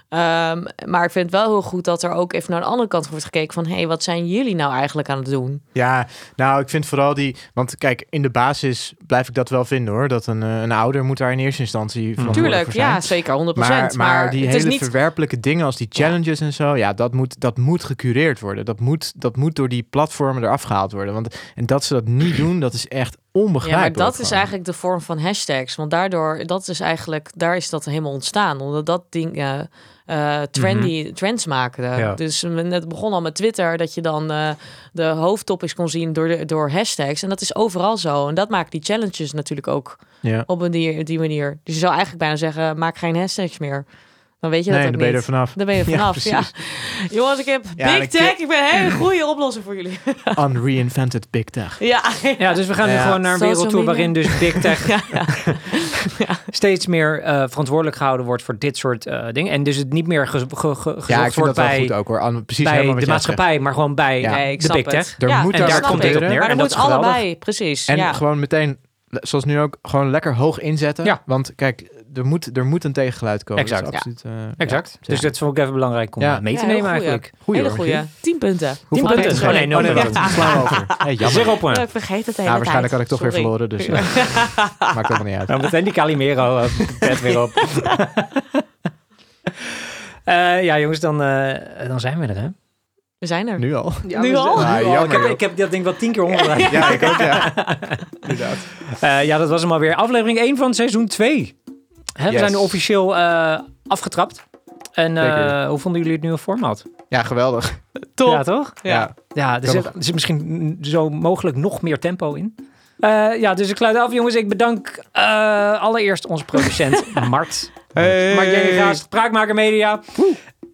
Speaker 2: Ehm, maar ik vind het wel heel goed dat er ook even naar de andere kant wordt gekeken van hé, hey, wat zijn jullie nou eigenlijk aan het doen?
Speaker 3: Ja, nou, ik vind vooral die... Want kijk, in de basis blijf ik dat wel vinden, hoor. Dat een, eh, een ouder moet daar in eerste instantie
Speaker 1: Hmm.
Speaker 3: verantwoordelijk
Speaker 2: Tuurlijk,
Speaker 3: voor zijn.
Speaker 2: ja, zeker 100%.
Speaker 3: Maar, maar, die
Speaker 2: het
Speaker 3: hele
Speaker 2: is niet
Speaker 3: verwerpelijke dingen als die challenges en zo, ja, dat moet, dat moet gecureerd worden. Dat moet, dat moet door die platformen eraf gehaald worden. Want, en dat ze dat niet doen, dat is echt
Speaker 2: Ja, maar
Speaker 3: onbegrijpelijk.
Speaker 2: dat is
Speaker 3: gewoon.
Speaker 2: eigenlijk de vorm van hashtags. Want daardoor, dat is eigenlijk, daar is dat helemaal ontstaan. Omdat dat ding eh, eh, trendy,
Speaker 3: Mhm.
Speaker 2: trends maakte.
Speaker 1: Ja.
Speaker 2: Dus we- het begon al met Twitter, dat je dan eh, de hoofdtopics kon zien door, de, door hashtags. En dat is overal zo. En dat maakt die challenges natuurlijk ook
Speaker 3: Ja.
Speaker 2: op een die, die manier. Dus je zou eigenlijk bijna zeggen, maak geen hashtags meer. Dan weet je
Speaker 3: Nee,
Speaker 2: dat
Speaker 3: dan
Speaker 2: ook
Speaker 3: ben je er
Speaker 2: niet.
Speaker 3: vanaf.
Speaker 2: Dan ben je er
Speaker 3: Ja,
Speaker 2: vanaf, ja. Jongens, ik heb
Speaker 3: Ja,
Speaker 2: Big
Speaker 3: dan
Speaker 2: Tech. Ik ben een hele goede oplossing voor jullie.
Speaker 3: Unreinvented Big Tech.
Speaker 2: ja.
Speaker 1: Ja, dus we gaan nu
Speaker 3: Ja.
Speaker 1: gewoon naar een
Speaker 2: Social
Speaker 1: wereld toe
Speaker 2: media.
Speaker 1: waarin dus big tech
Speaker 2: Ja, ja.
Speaker 1: steeds meer eh, verantwoordelijk gehouden wordt voor dit soort eh, dingen. En dus het niet meer ge- ge- ge-
Speaker 3: Ja,
Speaker 1: gezocht
Speaker 3: ik
Speaker 1: wordt
Speaker 3: vind dat wel
Speaker 1: bij,
Speaker 3: goed ook hoor. Anne, precies
Speaker 1: bij
Speaker 3: helemaal
Speaker 1: de
Speaker 3: wat jij zegt.
Speaker 1: maatschappij, maar gewoon bij
Speaker 3: Ja.
Speaker 2: Nee, ik
Speaker 1: de
Speaker 2: snap
Speaker 1: big
Speaker 2: het.
Speaker 1: tech.
Speaker 3: Er
Speaker 2: ja,
Speaker 3: moet
Speaker 1: en
Speaker 3: dat
Speaker 1: daar
Speaker 2: snap
Speaker 1: komt
Speaker 2: ik.
Speaker 1: dit op neer.
Speaker 2: Maar
Speaker 1: en
Speaker 2: dat
Speaker 1: dat
Speaker 2: moet
Speaker 1: is geweldig.
Speaker 2: allebei, precies.
Speaker 3: En
Speaker 2: ja.
Speaker 3: gewoon meteen, zoals nu ook, gewoon lekker hoog inzetten.
Speaker 1: Ja.
Speaker 3: Want kijk, er moet, er moet een tegengeluid komen.
Speaker 1: Exact.
Speaker 3: Dat is absoluut, eh,
Speaker 1: Exact.
Speaker 3: ja.
Speaker 1: Dus dat is ook even belangrijk om
Speaker 3: Ja.
Speaker 1: eh, mee te
Speaker 2: Ja, heel
Speaker 1: nemen
Speaker 2: goeie.
Speaker 1: eigenlijk.
Speaker 3: Goeie
Speaker 2: Hele
Speaker 3: hoor,
Speaker 2: goede.
Speaker 3: Guy.
Speaker 2: 10 punten.
Speaker 1: Tien
Speaker 2: Hoeveel
Speaker 1: punten.
Speaker 2: punten?
Speaker 1: Oh nee, no,
Speaker 3: Oh, nee,
Speaker 1: no,
Speaker 3: wacht.
Speaker 1: no.
Speaker 3: Slaan we over. Hey, jammer.
Speaker 1: Zero point.
Speaker 2: Ja, Ik vergeet het
Speaker 3: Nou,
Speaker 2: helemaal.
Speaker 3: waarschijnlijk had ik toch weer verloren, dus eh, maakt ook niet uit.
Speaker 1: Dan meteen die Calimero eh, pet weer op. Eh, ja, jongens, dan, eh, dan zijn we er, hè?
Speaker 2: We zijn er.
Speaker 3: Nu al.
Speaker 2: Ja, Nu we zijn- al?
Speaker 3: Ah,
Speaker 1: ik, heb,
Speaker 3: jammer,
Speaker 1: ik heb dat ding wel tien keer omgedraaid.
Speaker 3: joh. Ja, ik ook, ja. Inderdaad.
Speaker 1: Eh, ja, dat was hem alweer. Aflevering 1 van seizoen 2. Hè, We
Speaker 3: Yes.
Speaker 1: zijn nu officieel eh, afgetrapt. En eh,
Speaker 3: Zeker.
Speaker 1: hoe vonden jullie het nieuwe format?
Speaker 3: Ja, geweldig.
Speaker 2: Top.
Speaker 1: Ja, toch?
Speaker 3: Ja.
Speaker 1: Ja, er
Speaker 3: Kan
Speaker 1: zit,
Speaker 3: nog-
Speaker 1: er zit misschien zo mogelijk nog meer tempo in. Eh, ja, dus ik sluit af, jongens. Ik bedank eh, allereerst onze producent Mart. Mart Jenningaast, Praakmaker Media.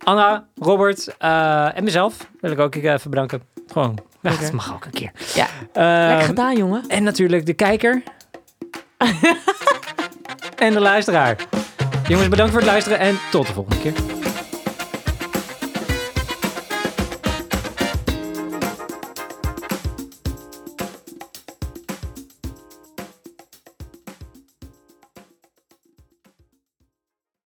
Speaker 1: Anna, Robert eh, en mezelf wil ik ook even bedanken. Gewoon, ja,
Speaker 2: Lekker.
Speaker 1: dat mag ook een keer.
Speaker 2: Ja.
Speaker 1: Eh,
Speaker 2: Lekker gedaan, jongen.
Speaker 1: en natuurlijk de kijker. en de luisteraar. Jongens, bedankt voor het luisteren en tot de volgende keer.